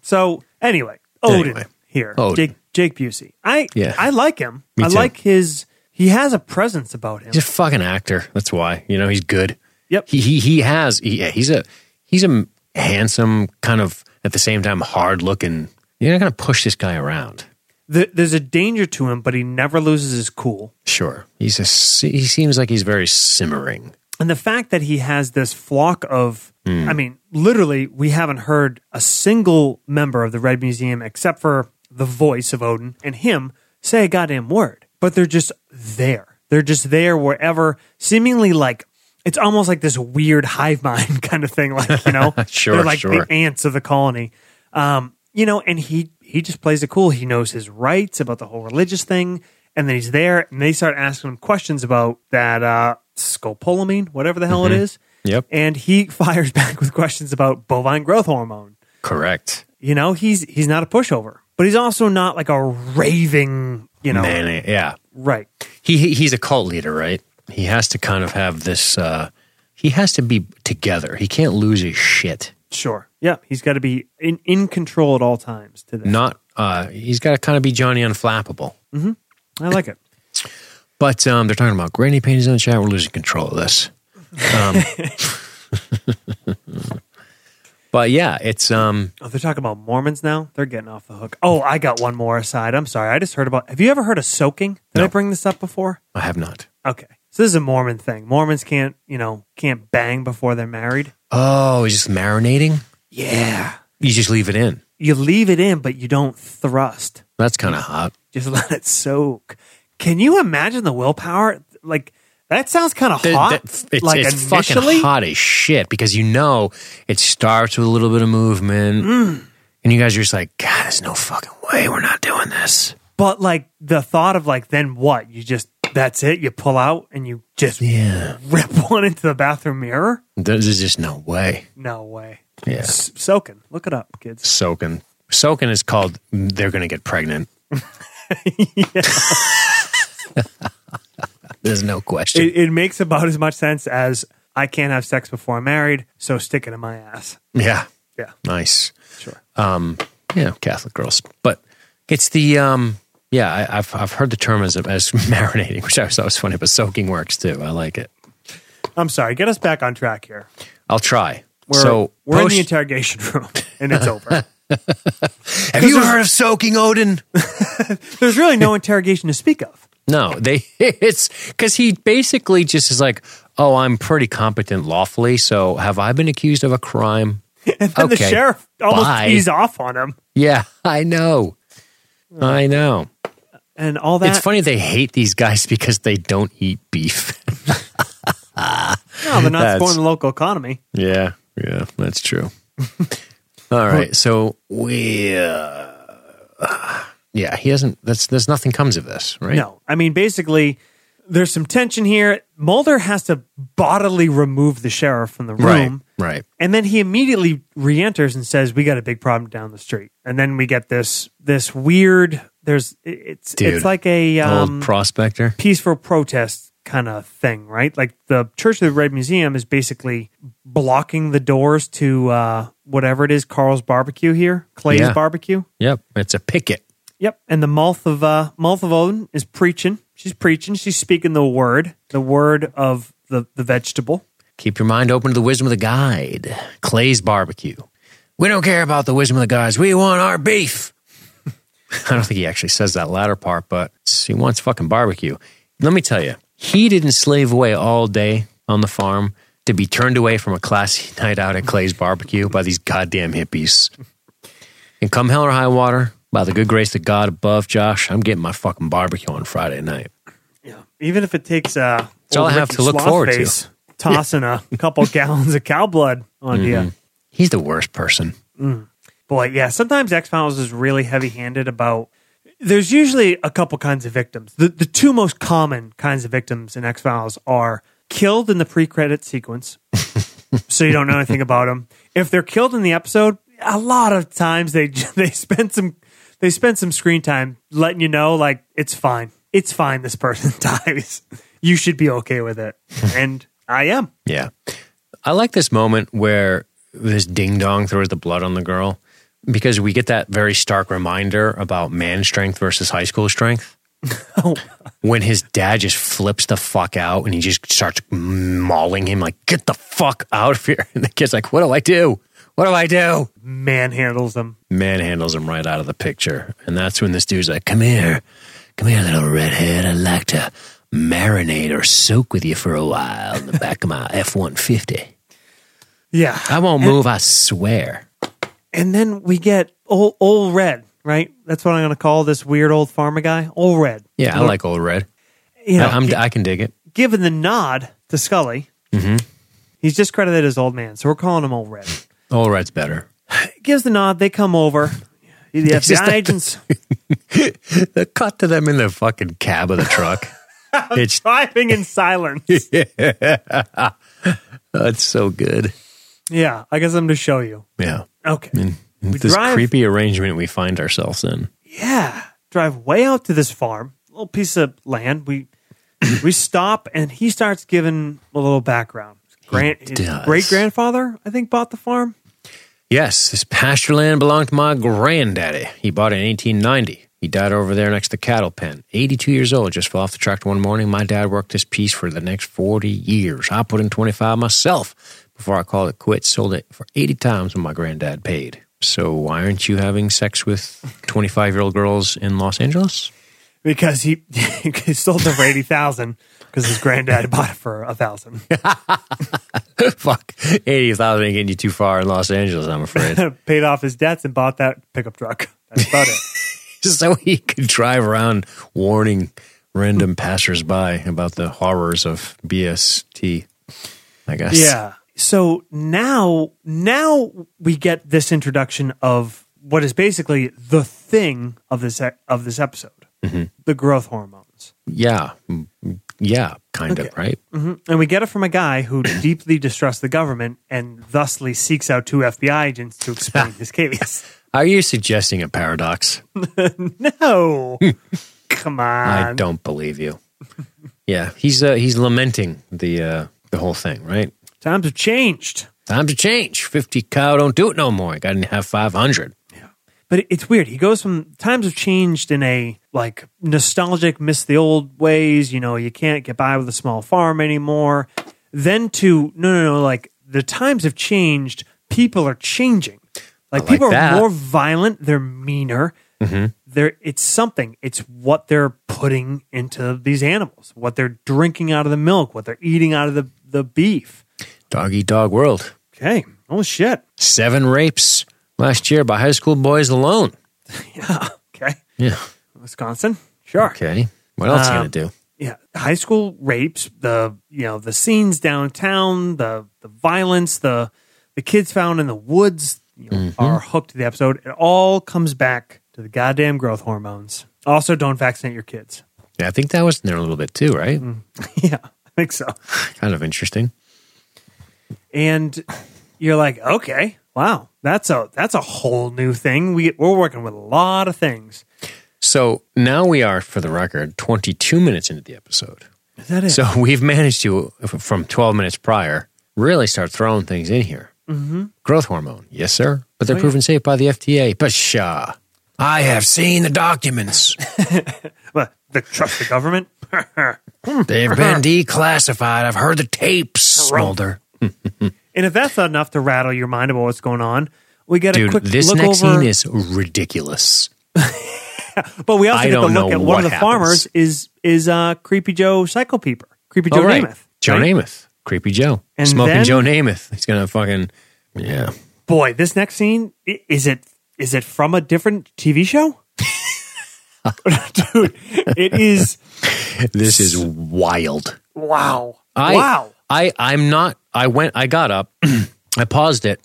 So anyway, Odin
Anyway.
here.
Odin.
Jake Jake Busey. I
Yeah.
I like him.
Me
I
too.
like his he has a presence about him.
He's a fucking actor. That's why you know he's good.
Yep.
He he he has. He, yeah, he's a he's a handsome kind of at the same time hard looking. You're not gonna push this guy around.
Th- there's a danger to him, but he never loses his cool.
Sure. He's a he seems like he's very simmering.
And the fact that he has this flock of,
Hmm.
I mean, literally, we haven't heard a single member of the Red Museum except for the voice of Odin and him say a goddamn word. But they're just there. They're just there wherever, seemingly like it's almost like this weird hive mind kind of thing. Like, you know,
Sure,
they're like
sure.
the ants of the colony. Um, you know, and he he just plays it cool. He knows his rights about the whole religious thing, and then he's there, and they start asking him questions about that uh, scopolamine, whatever the hell it is.
Yep.
And he fires back with questions about bovine growth hormone.
Correct.
You know, he's he's not a pushover, but he's also not like a raving. You know,
Man, eh, yeah.
right?
He he- he's a cult leader, right? He has to kind of have this. uh He has to be together. He can't lose his shit.
Sure. Yeah, he's got to be in in control at all times. To that,
Not. uh He's got to kind of be Johnny Unflappable.
I like it.
But um, they're talking about granny panties on the chat. We're losing control of this. Um, but yeah, it's um,
Oh, they're talking about Mormons now. They're getting off the hook. Oh, I got one more aside. I'm sorry. I just heard about. Have you ever heard of soaking? Did I bring this up before?
I have not.
Okay. So this is a Mormon thing. Mormons can't, you know, can't bang before they're married.
Oh, it's just marinating.
Yeah.
You just leave it in.
You leave it in, but you don't thrust.
That's kind of hot.
Just let it soak. Can you imagine the willpower? Like that sounds kind of
Th-
hot.
th- it's
like
it's
initially,
fucking hot as shit because you know it starts with a little bit of movement,
Mm.
and you guys are just like, God, there's no fucking way we're not doing this.
but like the thought of like then what? You just that's it. You pull out and you just
Yeah,
rip one into the bathroom mirror.
there's just no way.
No way.
Yeah.
S- soaking. Look it up, kids.
Soaking. Soaking is called they're going to get pregnant. There's no question.
It, it makes about as much sense as I can't have sex before I'm married, so stick it in my ass.
yeah.
Yeah,
Nice.
sure.
You know, Catholic girls. But it's the, um, yeah, I, I've, I've heard the term as, as marinating, which I always thought was funny, but soaking works too. I like it. Uh,
I'm sorry. Get us back on track here.
I'll try.
We're,
so
we're in
post-
the interrogation room, and it's over.
Have you heard of soaking Odin?
There's really no interrogation to speak of.
No, they it's because he basically just is like, oh, I'm pretty competent lawfully, so have I been accused of a crime?
And then the
Okay,
sheriff almost
bye.
tees off on him
Yeah, I know, I know.
and all that.
it's funny they hate these guys because they don't eat beef.
No, they're not
That's-
supporting the local economy.
yeah, yeah, that's true. All right, so we, uh, yeah, he hasn't. That's there's nothing comes of this, right?
No, I mean basically, there's some tension here. Mulder has to bodily remove the sheriff from the room,
right, right.
and then he immediately re-enters and says, "We got a big problem down the street." And then we get this this weird. There's it- it's
Dude,
it's like a um,
Old prospector.
peaceful protest kind of thing, right? Like the Church of the Red Museum is basically blocking the doors to uh, whatever it is, Carl's Barbecue here, Clay's
Yeah.
Barbecue.
Yep, it's a picket.
Yep. And the mouth of uh, mouth of Odin is preaching. She's preaching. She's speaking the word, the word of the, the vegetable.
Keep your mind open to the wisdom of the guide. Clay's barbecue. We don't care about the wisdom of the guys. We want our beef. I don't think he actually says that latter part, but he wants fucking barbecue. Let me tell you, he didn't slave away all day on the farm to be turned away from a classy night out at Clay's barbecue by these goddamn hippies. And come hell or high water, by the good grace of God above, Josh, I'm getting my fucking barbecue on Friday night.
Yeah. Even if it takes uh,
It's all I
old
have
Ricky
to look
Sloth
forward to.
face Tossing a couple gallons of cow blood on
Mm-hmm.
you.
He's the worst person.
Boy, yeah. Sometimes X Files is really heavy handed about. There's usually a couple kinds of victims. The the two most common kinds of victims in X Files are killed in the pre credit sequence, so you don't know anything about them. If they're killed in the episode, a lot of times they j- they spend some they spend some screen time letting you know like it's fine, it's fine. This person dies. You should be okay with it, and I am.
Yeah. I like this moment where this ding dong throws the blood on the girl because we get that very stark reminder about man strength versus high school strength. when his dad just flips the fuck out and he just starts mauling him, like, get the fuck out of here. And the kid's like, what do I do? What do I do?
Manhandles them.
manhandles him right out of the picture. And that's when this dude's like, Come here, come here, little redhead. I'd like to marinate or soak with you for a while in the back of my F 150.
Yeah,
I won't move, I swear.
and then we get old, old red, right? That's what I'm going to call this weird old farmer guy, old red.
Yeah, I like old red.
You know,
I, am
gi-
I can dig it.
given the nod to Scully,
Mm-hmm.
he's just credited as old man, so we're calling him old red.
Old red's better.
Gives the nod, they come over. The
just like
FBI
the-
agents
The cut to them in the fucking cab of the truck. it's
driving in silence.
that's so good.
yeah, I guess I'm to show you.
Yeah.
Okay. We
this
drive-
creepy arrangement we find ourselves in.
yeah, drive way out to this farm, little piece of land. We we stop and he starts giving a little background. Grant, his
does.
great grandfather, I think, bought the farm.
Yes, this pasture land belonged to my granddaddy. He bought it in 1890. He died over there next to the cattle pen. 82 years old, just fell off the tractor one morning. My dad worked this piece for the next 40 years. I put in 25 myself before I called it quits. Sold it for 80 times when my granddad paid. So why aren't you having sex with 25 year old girls in Los Angeles?
because he, he sold it for eighty thousand because his granddad bought it for a thousand.
Fuck, 80,000 ain't getting you too far in Los Angeles, I'm afraid.
Paid off his debts and bought that pickup truck. That's about it.
so he could drive around warning random passersby about the horrors of BST. I guess.
Yeah. So now, now we get this introduction of what is basically the thing of this e- of this episode,
Mm-hmm.
the growth hormones,
Yeah. Mm, Yeah. Kind of. Right.
hmm and we get it from a guy who deeply distrusts the government and thusly seeks out two FBI agents to explain his case.
Are you suggesting a paradox?
No, come on.
I don't believe you. Yeah. He's uh, he's lamenting the uh, the whole thing. Right.
Times have changed.
Time to change. Fifty cow don't do it no more. You got to have five hundred.
But it- it's weird. He goes from times have changed in a like nostalgic, miss the old ways. You know, you can't get by with a small farm anymore. Then to no, no, no. Like the times have changed. People are changing. Like,
like
Mm-hmm. people
that.
are more violent, they're meaner. They're, it's something. It's what they're putting into these animals, what they're drinking out of the milk, what they're eating out of the, the beef.
Dog eat dog world.
Okay. Oh, shit.
Seven rapes last year by high school boys alone.
Yeah. Okay.
Yeah.
Wisconsin. Sure.
Okay. What else you
Um,
gonna do?
yeah high school rapes the you know the scenes downtown the the violence the the kids found in the woods you know, are hooked to the episode it all comes back to the goddamn growth hormones also don't vaccinate your kids
Yeah, I think that was in there a little bit too, right?
Mm. yeah i think so
Kind of interesting.
and you're like okay wow that's a that's a whole new thing we we're working with a lot of things
So now we are, for the record, 22 minutes into the episode.
is that it
So we've managed to, f- from 12 minutes prior, really start throwing things in here. Mm-hmm. Growth hormone, yes, sir. But
Oh,
they're proven safe by the FDA. Pshaw. I have seen the documents.
What, the trust the government
They've been declassified. I've heard the tapes, Smolder.
and if that's not enough to rattle your mind about what's going on we get a
Dude,
quick
this
look
next
over.
scene is ridiculous.
But we also
I
get to
don't
look
know
at one
what
of the
happens.
farmers is is uh, Creepy Joe Psycho Peeper, Creepy Joe
Oh, right.
Namath.
Joe
right?
Namath. Creepy Joe.
And
Smoking
then-
Joe Namath. He's going to fucking, yeah.
Boy, this next scene i- is it is it from a different TV show? Dude, it is
This is wild.
wow,
I,
wow.
I I'm not. I went. I got up. I paused it.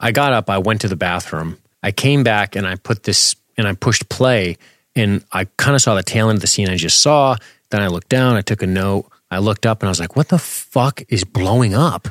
I got up. I went to the bathroom. I came back and I put this and I pushed play and I kind of saw the tail end of the scene I just saw. Then I looked down. I took a note. I looked up and I was like, "What the fuck is blowing up?"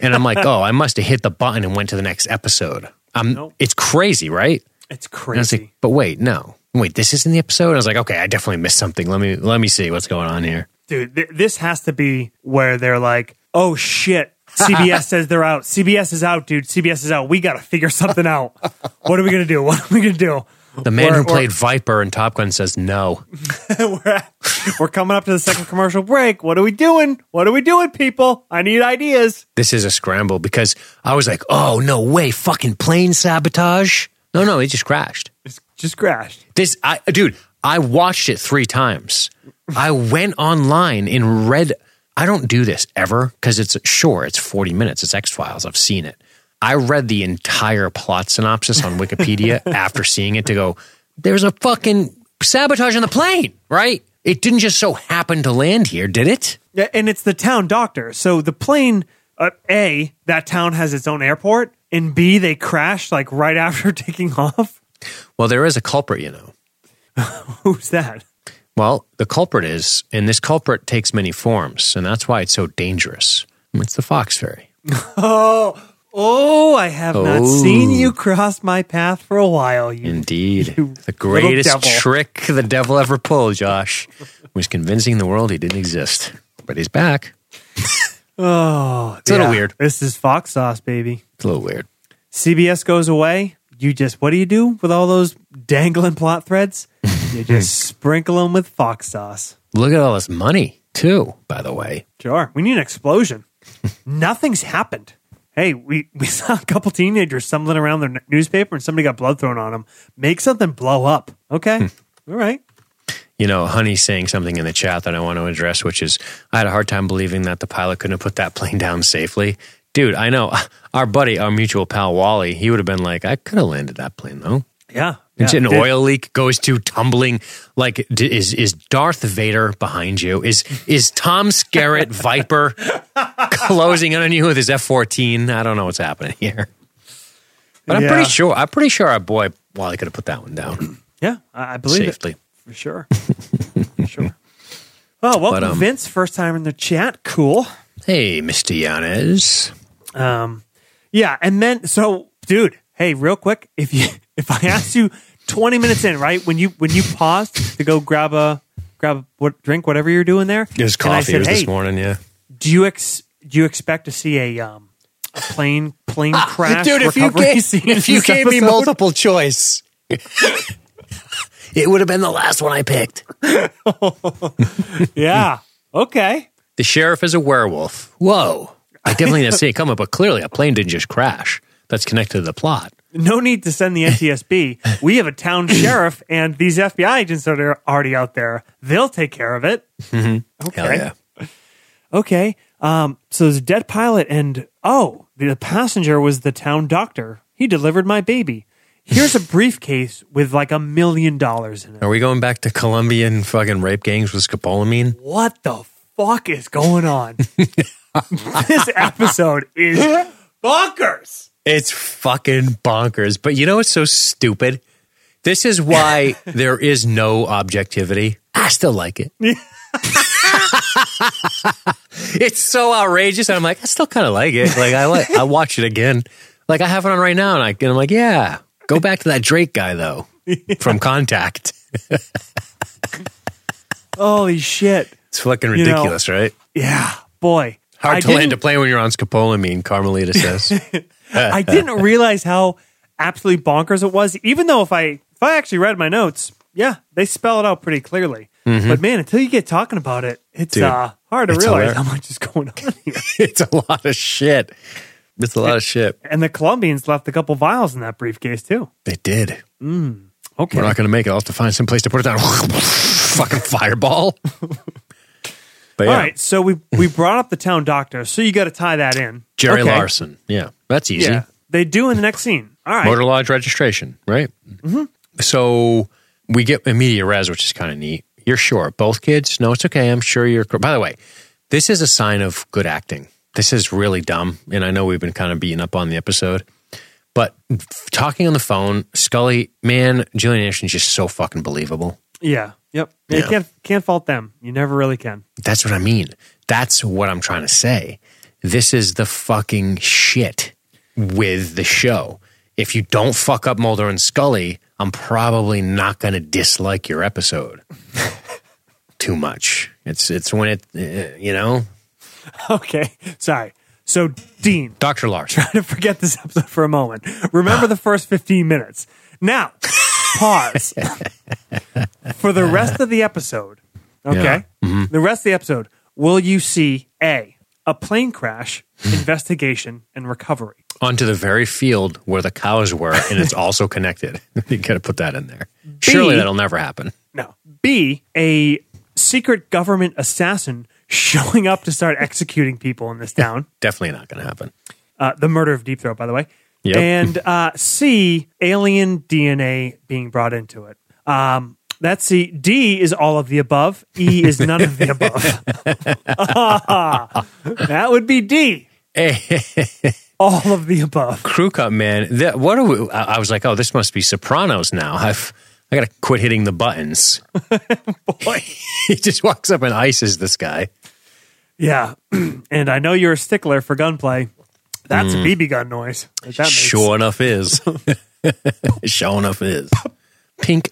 And I'm like, "Oh, I must have hit the button and went to the next episode." Um,
Nope.
it's crazy, right?
It's
And I was
crazy.
like, "But wait, no, wait, this isn't the episode." I was like, "Okay, I definitely missed something. Let me let me see what's going on here."
Dude, th- this has to be where they're like, "Oh shit, CBS says they're out. CBS is out, dude. CBS is out. We got to figure something out. What are we going to do? What are we going to do?"
The man
Or-
who
or-
played Viper in Top Gun says no.
we're at, we're coming up to the second commercial break. What are we doing? What are we doing, people? I need ideas.
This is a scramble because I was like, oh, no way, fucking plane sabotage. No, no, it just crashed.
It's just crashed.
This, I, dude, I watched it three times. I went online and read. I don't do this ever because it's sure it's 40 minutes. It's X Files. I've seen it. I read the entire plot synopsis on Wikipedia after seeing it to go, there's a fucking sabotage on the plane, right? It didn't just so happen to land here, did it?
Yeah, and it's the town doctor. So the plane, uh, a that town has its own airport, and b they crashed like right after taking off.
Well, there is a culprit, you know.
Who's that?
Well, the culprit is, and this culprit takes many forms, and that's why it's so dangerous. It's the fox fairy.
Oh, I have not seen you cross my path for a while. You
Indeed.
You
the greatest
devil.
trick the devil ever pulled, Josh, was convincing the world he didn't exist. But he's back.
oh, it's
a little weird.
This is fox sauce, baby.
It's a little weird.
CBS goes away, you just what do you do with all those dangling plot threads? You just sprinkle them with fox sauce.
Look at all this money, too, by the way.
Sure, we need an explosion. Nothing's happened. Hey, we, we saw a couple teenagers stumbling around their n- newspaper and somebody got blood thrown on them. Make something blow up. Okay.
Hmm.
all right.
You know, Honey's saying something in the chat that I want to address, which is I had a hard time believing that the pilot couldn't have put that plane down safely. Dude, I know our buddy, our mutual pal Wally, he would have been like, I could have landed that plane, though.
Yeah.
It's
yeah.
an
Did-
oil leak goes to tumbling. Like d- is is Darth Vader behind you? Is is Tom Skerritt Viper closing in on you with his F fourteen? I don't know what's happening here, but I'm
Yeah.
pretty sure. I'm pretty sure our boy Wally could have put that one down
Yeah, I, I believe it.
safely.
For sure. for sure. Oh, welcome,
But, um,
Vince. First time in the chat. Cool.
Hey, Mister Yanez.
Um, yeah, and then so, dude, hey, real quick, if you if I asked you twenty minutes in, right when you when you paused to go grab a grab what drink, whatever you're doing there,
It was
and I
coffee
said,
it was
hey,
this morning. Yeah,
do you ex do you expect to see a um a plane plane crash recovery scene in this episode?
multiple choice, it would have been the last one I picked.
yeah, okay,
The sheriff is a werewolf. Whoa. I definitely didn't see it coming, but clearly a plane didn't just crash. That's connected to the plot.
no need to send the NTSB. we have a town sheriff and these FBI agents that are already out there. They'll take care of it. Okay.
Hell yeah.
Okay. Um, so there's a dead pilot, and oh, the passenger was the town doctor. He delivered my baby. Here's a briefcase with like a million dollars in it.
Are we going back to Colombian fucking rape gangs with scopolamine?
What the fuck is going on? this episode is bonkers.
It's fucking bonkers. But you know what's so stupid? This is why there is no objectivity. I still like it. it's so outrageous. And I'm like, I still kind of like it. Like I like, I watch it again. Like I have it on right now, and, I, and I'm like, yeah. Go back to that Drake guy though from Contact.
Holy shit.
It's fucking
know,
ridiculous, right?
Yeah, boy.
Hard
I
to land
didn't-
a plane when you're on scopolamine. Carmelita says.
I didn't realize how absolutely bonkers it was. Even though if I if I actually read my notes, yeah, they spell it out pretty clearly. But man, until you get talking about it, it's
Mm-hmm. Dude,
uh, hard to
it's
realize
hilar-
how much is going on here.
it's a lot of shit. It's a lot of shit.
and the Colombians left a couple vials in that briefcase too.
They did.
Okay,
We're not going to make it. I'll have to find some place to put it down. Fucking fireball. but yeah,
all right. So we we brought up the town doctor, so you got to tie that in.
Jerry
Okay.
Larson. Yeah, that's easy.
Yeah, they do in the next scene. All right.
Motor Lodge registration, right?
Mm-hmm.
So we get immediate res, which is kind of neat. You're sure. Both kids? No, it's okay. I'm sure you're. By the way, this is a sign of good acting. This is really dumb. And I know we've been kind of beating up on the episode, but talking on the phone, Scully, man, Julian Anderson's just so fucking believable.
Yeah. Yep. You
Yeah.
can't can't fault them. You never really can.
That's what I mean. That's what I'm trying to say. This is the fucking shit with the show. If you don't fuck up Mulder and Scully, I'm probably not going to dislike your episode too much. It's it's when it uh, you know,
Okay. Sorry. So Dean,
Dr. Lars.
to forget this episode for a moment. Remember the first 15 minutes. Now, pause for the rest of the episode. Okay. The rest of the episode, will you see A, a plane crash, investigation, and recovery?
Onto the very field where the cows were and it's also connected. you got to put that in there. Surely that'll never happen.
No. B, a secret government assassin showing up to start executing people in this town.
Definitely not going to happen.
Uh, the murder of Deep Throat, by the way.
Yep.
And uh, C, alien DNA being brought into it. Um, that's C. D is all of the above. E is none of the above. Ah, that would be D. All of the above.
crew cut, man. That, what are we? I I was like, oh, this must be Sopranos now. I've I gotta quit hitting the buttons. Boy, he just walks up and ices this guy.
Yeah. and I know you're a stickler for gunplay. That's a BB gun noise. that that makes.
Mm. Sure enough is. sure enough is. Pink.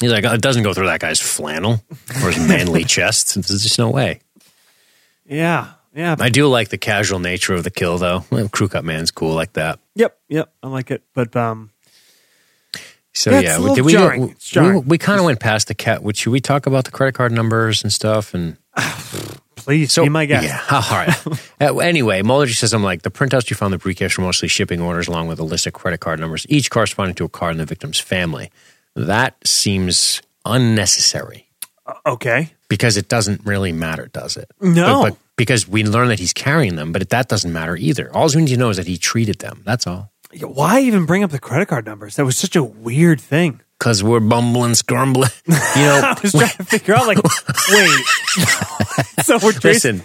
He's like, oh, it doesn't go through that guy's flannel or his manly chest. There's just no way.
Yeah. Yeah.
I do like the casual nature of the kill, though. Well, crew cut man's cool like that.
Yep. Yep. I like it. But um,
So
Yeah, it's
yeah,
a little
did we,
jarring.
we,
It's jarring.
we, kind of went past the cat. Which should we talk about the credit card numbers and stuff? And
please
So
be my guest.
Yeah, all right. Uh, anyway, Mueller just says, "I'm like the printouts you found in the briefcase were mostly shipping orders, along with a list of credit card numbers, each corresponding to a card in the victim's family. That seems unnecessary
Okay.
because it doesn't really matter, does it?
No.
but, but- because we learn that he's carrying them, but that doesn't matter either. All we need to know is that he treated them. That's all.
Yeah, Why even bring up the credit card numbers? That was such a weird thing.
Because we're bumbling, scrambling. You know,
I was trying to figure out, like, wait. so we're tracing.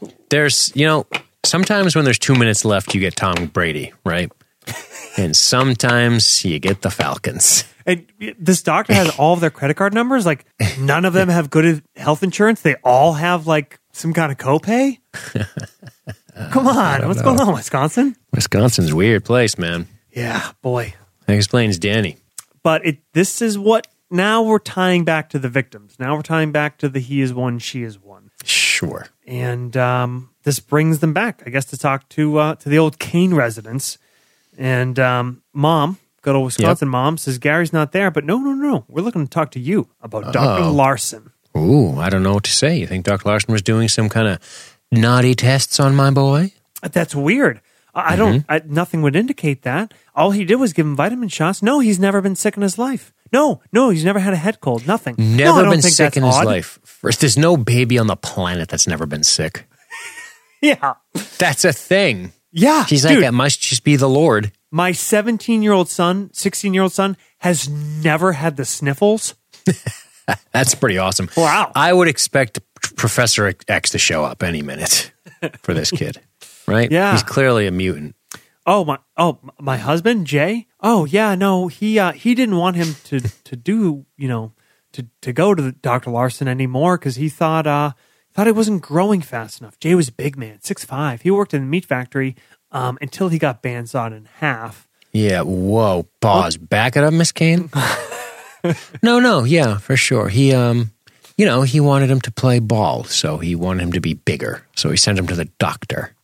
Listen, there's, you know, sometimes when there's two minutes left, you get Tom Brady, right? And sometimes you get the Falcons.
And this doctor has all of their credit card numbers. Like, none of them have good health insurance. They all have like some kind of copay. Come on, what's going on, Wisconsin?
Wisconsin's a weird place, man.
Yeah, boy.
That explains Danny.
But it. This is what now we're tying back to the victims. Now we're tying back to the he is one, she is one,
Sure.
and um, this brings them back, I guess, to talk to uh, to the old Kane residence. And um, mom, good old Wisconsin mom, says Gary's not there, but no, no, no, we're looking to talk to you about
Uh-huh.
Doctor Larson.
Ooh, I don't know what to say. You think Dr. Larson was doing some kind of naughty tests on my boy?
But Uh, That's weird. I, I don't.
Mm-hmm.
I, nothing would indicate that. All he did was give him vitamin shots. No, he's never been sick in his life. No, no, he's never had a head cold. Nothing. No, I
Never
don't
been
think
sick
that's
in his
odd.
life. First, there's no baby on the planet that's never been sick.
Yeah,
That's a thing.
yeah.
She's
dude,
like, that must just be the Lord.
my 17 year old son, 16 year old son, has never had the sniffles.
That's pretty awesome.
Wow.
I would expect Professor X to show up any minute for this kid, right?
Yeah.
He's clearly a mutant.
Oh my! Oh my husband Jay. Oh yeah, no, he uh, he didn't want him to to do you know to to go to Doctor Larson anymore because he thought uh thought it wasn't growing fast enough. Jay was a big man, six five. He worked in the meat factory um, until he got bandsawed in half.
Yeah. Whoa. Pause. Back it up, Miss Kane. no, no. Yeah, for sure. He, um, you know, he wanted him to play ball, so he wanted him to be bigger. So he sent him to the doctor.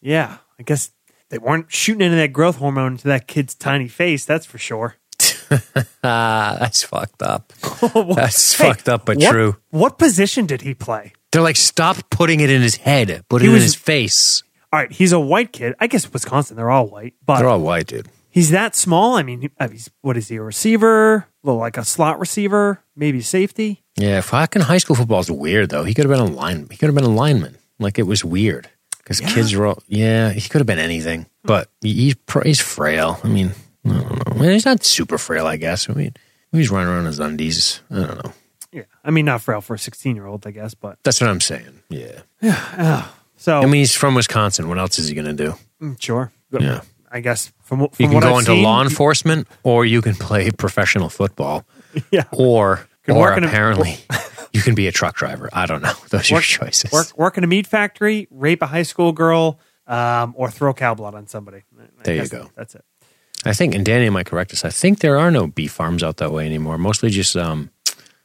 Yeah, I guess they weren't shooting any of that growth hormone into that kid's tiny face. That's for sure.
Ah, that's fucked up.
What-
That's fucked up, but
what-
true.
What position did he play?
They're like, stop putting it in his head. Put it
He
in
was-
his face.
All right, he's a white kid. I guess Wisconsin, they're all white, but
They're all white, dude.
he's that small. I mean, he- I mean, he's what is he? A receiver? Well, like a slot receiver, maybe safety.
Yeah, fucking high school football's weird though. He could have been a lineman. He could have been a lineman. Like it was weird because kids were all. Yeah, he could have been anything. But he- he's pr- he's frail. I mean, I don't know. I mean, he's not super frail, I guess. I mean, he's running around in his undies. I don't know.
Yeah, I mean, not frail for a sixteen-year-old, I guess, but
That's what I'm saying. Yeah.
so
I mean, he's from Wisconsin. What else is he going to do?
mm, sure.
Yeah.
I guess from, wh- from
You can
what
go
I've
into
seen,
law enforcement, or you can play professional football,
Yeah,
or
Can
or
work in a-
apparently you can be a truck driver. I don't know. Those are your
Work-
choices.
work work in a meat factory, rape a high school girl, um, or throw cow blood on somebody. I
There you
guess
go.
That's it.
I think, and Danny might correct us. I think there are no beef farms out that way anymore. Mostly just, um,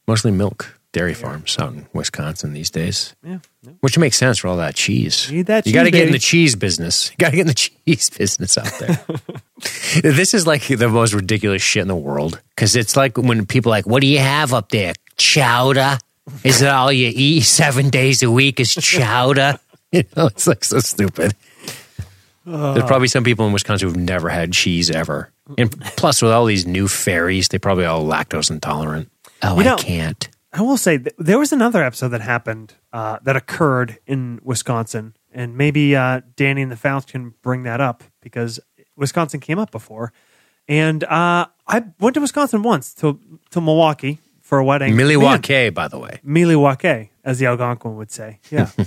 mostly milk dairy farms out in Wisconsin these days,
Yeah. No.
which makes sense for all that cheese.
Need that
you got to
cheese,
get in
baby.
the cheese business. You got to get in the cheese business out there. this is like the most ridiculous shit in the world because it's like when people are like, "What do you have up there? Chowder? Is it all you eat seven days a week? Is chowder?" you know, it's like so stupid.
Ah.
There's probably some people in Wisconsin who've never had cheese ever. And plus, with all these new fairies, they probably all lactose intolerant. Oh,
You know-
I can't.
I will say th- there was another episode that happened uh, that occurred in Wisconsin, and maybe uh, Danny and the Fouth can bring that up because Wisconsin came up before. And uh, I went to Wisconsin once to to Milwaukee for a wedding.
Milwaukee, by the way.
Man, Milwaukee, as the Algonquin would say. Yeah,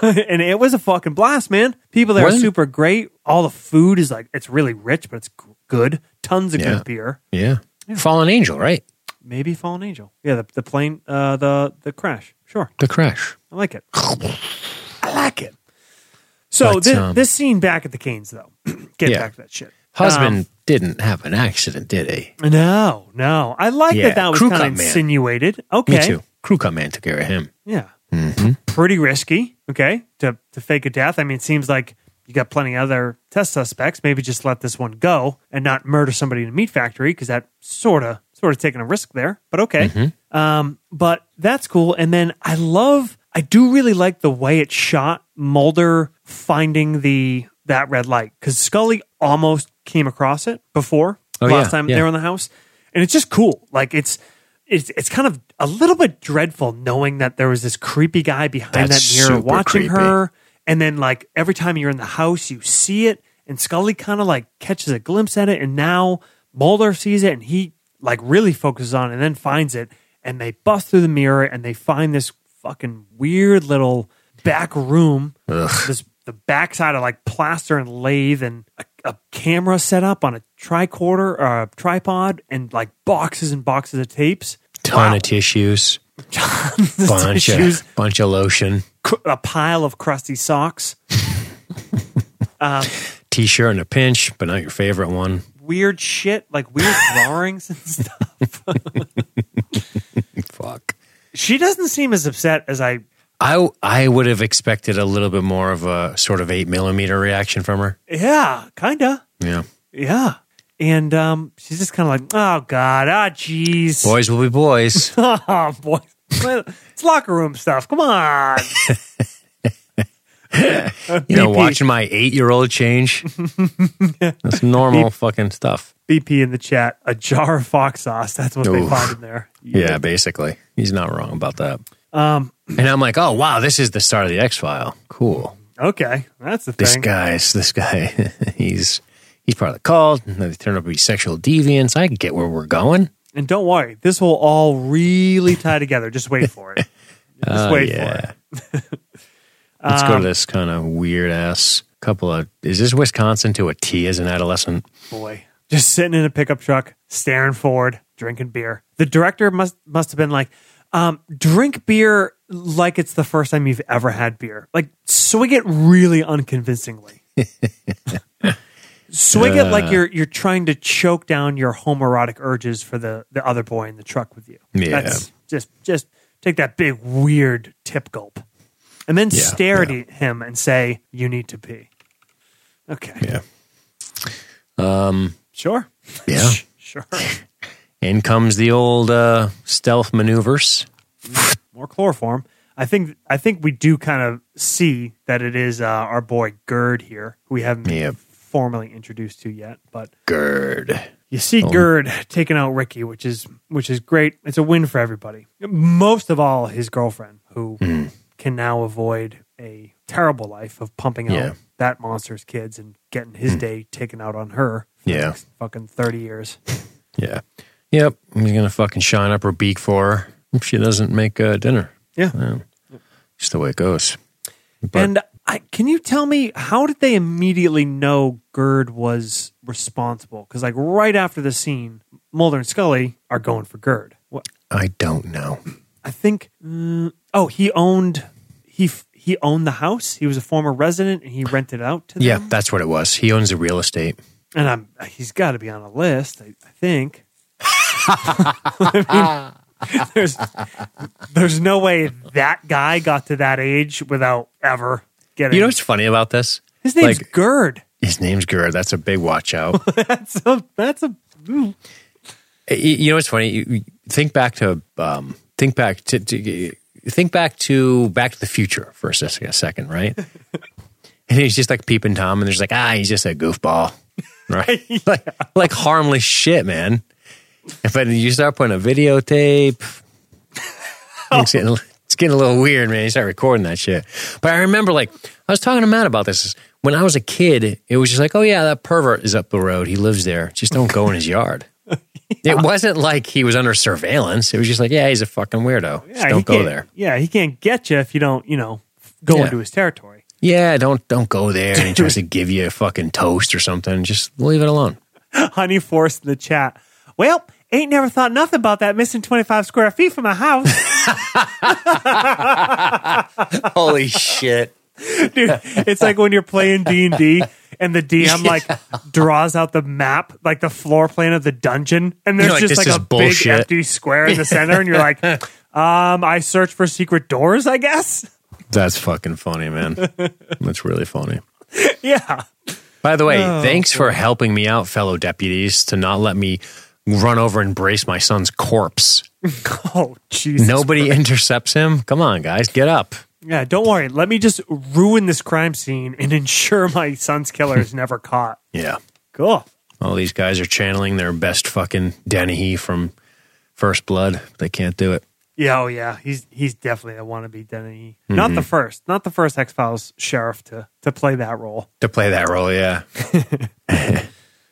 and it was a fucking blast, man. People there
Wasn't-
are super great. All the food is like it's really rich, but it's g- good. Tons of
Yeah.
good beer.
Yeah. Fallen angel, right?
Maybe Fallen Angel. Yeah, the, the plane, uh, the the crash. Sure.
The crash.
I like it. I like it. So
But,
thi-
um,
this scene back at the Canes, though, get
Yeah.
back to that shit.
Husband
Oh.
didn't have an accident, did he?
Um, no, no. I like
Yeah,
that that was
crew
kind of
cut man.
insinuated. Okay.
Me too. Mm-hmm. Crew cut man took care of him.
Yeah. P- pretty risky. Okay. To to fake a death. I mean, it seems like you got plenty other test suspects. Maybe just let this one go and not murder somebody in a meat factory because that sort of sort of taking a risk there. But okay.
Mm-hmm.
Um, but that's cool. And then I love. I do really like the way it shot Mulder finding the that red light because Scully almost came across it before
Oh,
last
yeah,
time
yeah.
they were in the house, and it's just cool. Like it's it's it's kind of a little bit dreadful knowing that there was this creepy guy behind
That's
that mirror
super
watching
creepy.
her, and then like every time you're in the house, you see it, and Scully kind of like catches a glimpse at it, and now Mulder sees it, and he like really focuses on, it and then finds it, and they bust through the mirror, and they find this fucking weird little back room, this the backside of like plaster and lathe, and a, a camera set up on a tricorder or a tripod, and like boxes and boxes of tapes.
Ton
Wow.
of tissues.
Tons of
Bunch
tissues,
of bunch of lotion.
cr- a pile of crusty socks.
T shirt and a pinch, but not your favorite one.
Weird shit, like weird drawings and stuff.
Fuck.
She doesn't seem as upset as I.
I I would have expected a little bit more of a sort of eight millimeter reaction from her.
Yeah, kinda.
Yeah.
Yeah, and um, she's just kind of like, oh god, ah, jeez,
Boys will be boys.
oh boy, it's locker room stuff. Come on.
you know,
BP.
watching my eight year old change. That's normal fucking stuff.
BP in the chat, a jar of fox sauce. That's what they
Oof.
find in there.
Yeah, basically. He's not wrong about that.
Um,
And I'm like, oh, wow, this is the start of the X File. Cool.
okay. That's the
This
thing.
guy's, this guy, he's he's part of the cult. And they turn up to be sexual deviants. I get where we're going.
And don't worry, this will all really tie together. Just wait for it. Just
Oh,
wait
yeah.
for it.
Let's
Um,
go to this kind of weird ass couple of. Is this Wisconsin to a T as an adolescent?
Boy. Just sitting in a pickup truck, staring forward, drinking beer. The director must must have been like, um, drink beer like it's the first time you've ever had beer. Like swig it really unconvincingly. swig it
Uh.
like you're you're trying to choke down your homoerotic urges for the, the other boy in the truck with you.
Yeah.
That's just just take that big weird tip gulp. And then
Yeah,
stare at him and say, You need to pee. Okay.
Yeah. Um,
Sure.
yeah.
sure.
In comes the old uh, stealth maneuvers.
More chloroform. I think I think we do kind of see that it is uh, our boy Gerd here, who we haven't been
Yep.
formally introduced to yet. But
Gerd.
you see
Oh.
Gerd taking out Ricky, which is which is great. It's a win for everybody. Most of all, his girlfriend, who
Hmm.
can now avoid a terrible life of pumping out
Yeah. Hmm.
that monster's kids and getting his day taken out on her. For the
Yeah.
next fucking thirty years.
Yeah. Yep. He's gonna fucking shine up her beak for her if she doesn't make uh, dinner.
Yeah.
Yeah. Just the way it goes. But
and I, can you tell me how did they immediately know Gerd was responsible? Because like right after the scene, Mulder and Scully are going for Gerd. What
I don't know.
I think, mm, oh, he owned he f- he owned the house. He was a former resident and he rented it out to them.
Yeah, that's what it was. He owns the real estate.
and I'm he's got to be on a list. I, I think. I mean, there's there's no way that guy got to that age without ever getting.
You know what's funny about this?
his name's
like-
Gerd.
His name's Gerd. That's a big watch out.
That's a that's a ooh.
Y- you know what's funny You- you think back to um, think back to, to think back to back to the future for a se- a second right and he's just like peeping tom and there's like ah he's just a goofball right like, like harmless shit man but you start putting a videotape it's, getting, it's getting a little weird man you start recording that shit but i remember like i was talking to matt about this when i was a kid it was just like oh yeah that pervert is up the road he lives there just don't go in his yard it wasn't like he was under surveillance. It was just like, yeah, he's a fucking weirdo.
Yeah,
Just
he
don't go
can't-
there.
Yeah, he can't get you if you don't, you know, go
Yeah.
into his territory.
Yeah, don't don't go there. And he tries to give you a fucking toast or something. Just leave it alone.
Honey Force in the chat. Well, ain't never thought nothing about that missing twenty five square feet from my house,
Holy shit!
dude. It's like when you're playing D and D, and the DM like draws out the map, like the floor plan of the dungeon, and there's
You're like,
just
"This
like
is
a big
bullshit."
empty square in the center, and you're like, um, I search for secret doors, I guess.
That's fucking funny, man. That's really funny.
yeah.
By the way, thanks for helping me out, fellow deputies, to not let me run over and brace my son's corpse.
Oh, Jesus.
Nobody intercepts him. Come on, guys, get up.
Yeah, don't worry. Let me just ruin this crime scene and ensure my son's killer is never caught.
Yeah.
Cool.
All these guys are channeling their best fucking Dennehy from First Blood. They can't do it.
Yeah, oh yeah, he's he's definitely a wannabe Denny.
Mm-hmm.
Not the first, not the first X Files sheriff to to play that role.
to play that role. Yeah,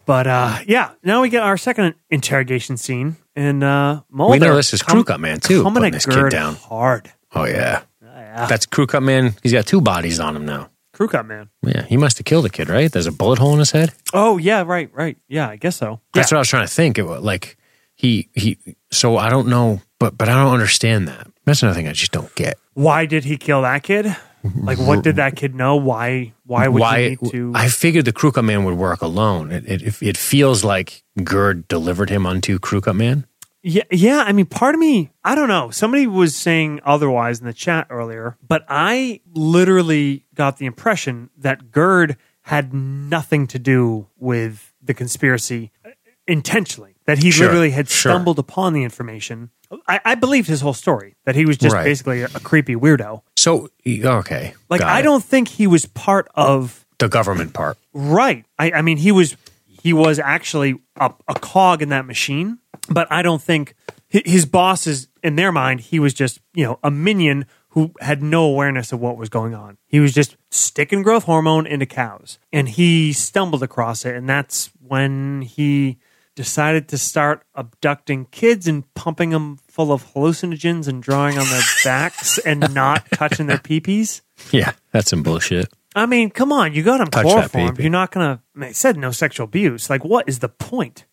But uh, yeah, now we get our second interrogation scene, and uh, Mulder.
we know this is
com-
Crew Cut Man too.
coming
Putting
at
this
Gerd
kid down.
hard.
Oh yeah,
Yeah,
that's Crew Cut Man. He's got two bodies on him now.
crew cut man.
Yeah, he must have killed a kid, right? There's a bullet hole in his head.
Oh yeah, right, right. Yeah, I guess so.
That's
yeah.
what I was trying to think. It was like he he. So I don't know, but but I don't understand that. That's another thing I just don't get.
Why did he kill that kid? Like, what did that kid know? Why? Why would
Why
you need to?
I figured the Crew Cut Man would work alone. It it, it feels like Gerd delivered him unto Crew Cut Man.
Yeah, yeah. I mean, part of me, I don't know. Somebody was saying otherwise in the chat earlier, but I literally got the impression that Gerd had nothing to do with the conspiracy uh, intentionally. that he
Sure,
literally had
sure.
stumbled upon the information. I, I believed his whole story that he was just
Right.
basically a, a creepy weirdo.
So okay,
Like
got
I
it.
don't think he was part of
the government part.
right. I, I mean, he was he was actually a, a cog in that machine, but I don't think hi- his bosses in their mind he was just you know a minion who had no awareness of what was going on. He was just sticking growth hormone into cows, and he stumbled across it, and that's when he decided to start abducting kids and pumping them full of hallucinogens and drawing on their backs and not touching their peepees.
Yeah, that's some bullshit.
I mean, come on, you got him
Touch that
chloroform.
pee-pee.
You're not gonna. I mean, it said no sexual abuse. Like, what is the point?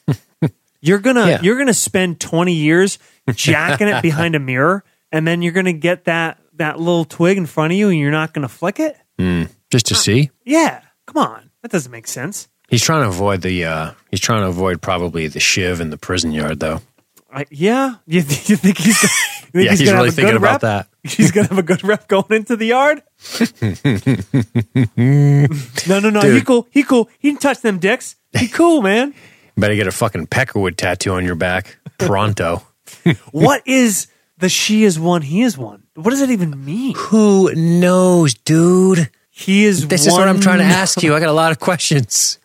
you're gonna
Yeah.
you're gonna spend 20 years jacking it behind a mirror, and then you're gonna get that that little twig in front of you, and you're not gonna flick it.
Just to see,
Yeah, come on, that doesn't make sense.
he's trying to avoid the. Uh, he's trying to avoid probably the shiv in the prison yard, though.
I, yeah, you, th- you think he's gonna, you think
Yeah, he's
gonna
really
have a
thinking
good
about
rep?
that.
He's gonna have a good rep going into the yard. no, no, no. He
Dude.
cool. He cool. He can touch them dicks. He cool, man.
Better get a fucking peckerwood tattoo on your back pronto.
what is the she is one, he is one? What does that even mean?
Who knows, dude?
He is
This
one. Oh,
is what I'm trying to ask you. I got a lot of questions.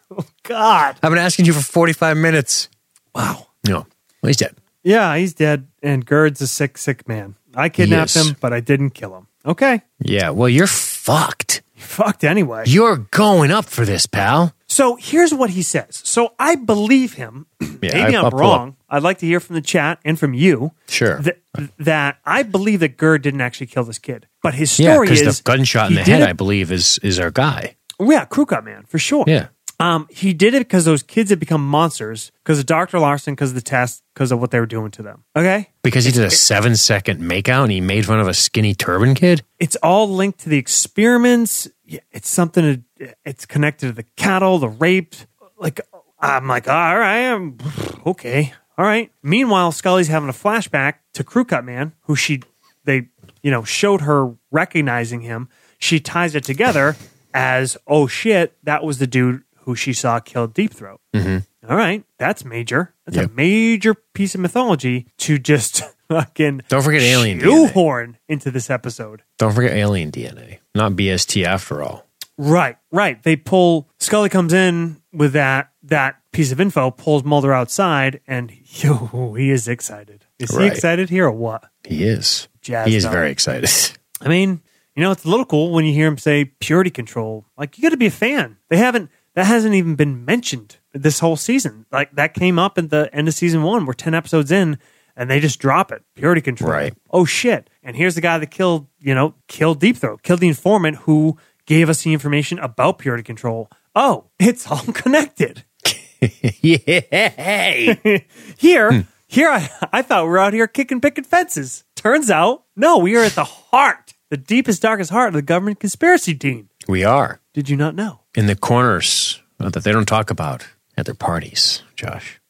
God.
I've been asking you for 45 minutes.
Wow.
No, well, he's dead.
Yeah, he's dead, and Gerd's a sick, sick man. I kidnapped
Yes.
him, but I didn't kill him. Okay.
Yeah, well, you're fucked.
Fucked anyway.
You're going up for this, pal.
So here's what he says. So I believe him.
I-
Maybe I,
I'll
am
pull up.
wrong. I'd like to hear from the chat and from you.
Sure.
That, that I believe that Gerd didn't actually kill this kid, but his
Yeah,
story
because
is
the gunshot in
he
the head,
did
I
it-
believe, is is our guy.
Oh, yeah, Kruka man for sure.
Yeah.
Um, he did it because those kids had become monsters because of Dr. Larson, because of the test, because of what they were doing to them. Okay?
Because he did a seven second makeout and he made fun of a skinny turban kid?
It's all linked to the experiments. Yeah, It's something, to, it's connected to the cattle, the rape. Like, I'm like, all right, I'm, okay, all right. Meanwhile, Scully's having a flashback to Crew Cut Man, who she, they, you know, showed her recognizing him. She ties it together as, oh shit, that was the dude who she saw kill Deep Throat. All right, that's major. That's a
Mm-hmm. Yep.
major piece of mythology to just fucking
Don't forget alien DNA.
shoehorn into this episode.
Don't forget alien DNA, not BST after all.
Right, right. They pull Scully comes in with that that piece of info, pulls Mulder outside, and yo, he is excited. Is he
Right.
excited here or what?
He is.
Jazzed
he is
up.
very excited.
I mean, you know, it's a little cool when you hear him say purity control. Like you got to be a fan. They haven't that hasn't even been mentioned this whole season. Like that came up at the end of season 1. We're 10 episodes in and they just drop it. Purity control.
Right.
Oh shit. And here's the guy that killed, you know, killed Deep Throat, killed the informant who gave us the information about purity control. Oh, it's all connected.
Yay!
Here, here I, I thought we were out here kicking picket fences. Turns out, no, we are at the heart, the deepest, darkest heart of the government conspiracy team.
we are
Did you not know?
in the corners uh, that they don't talk about at their parties, Josh.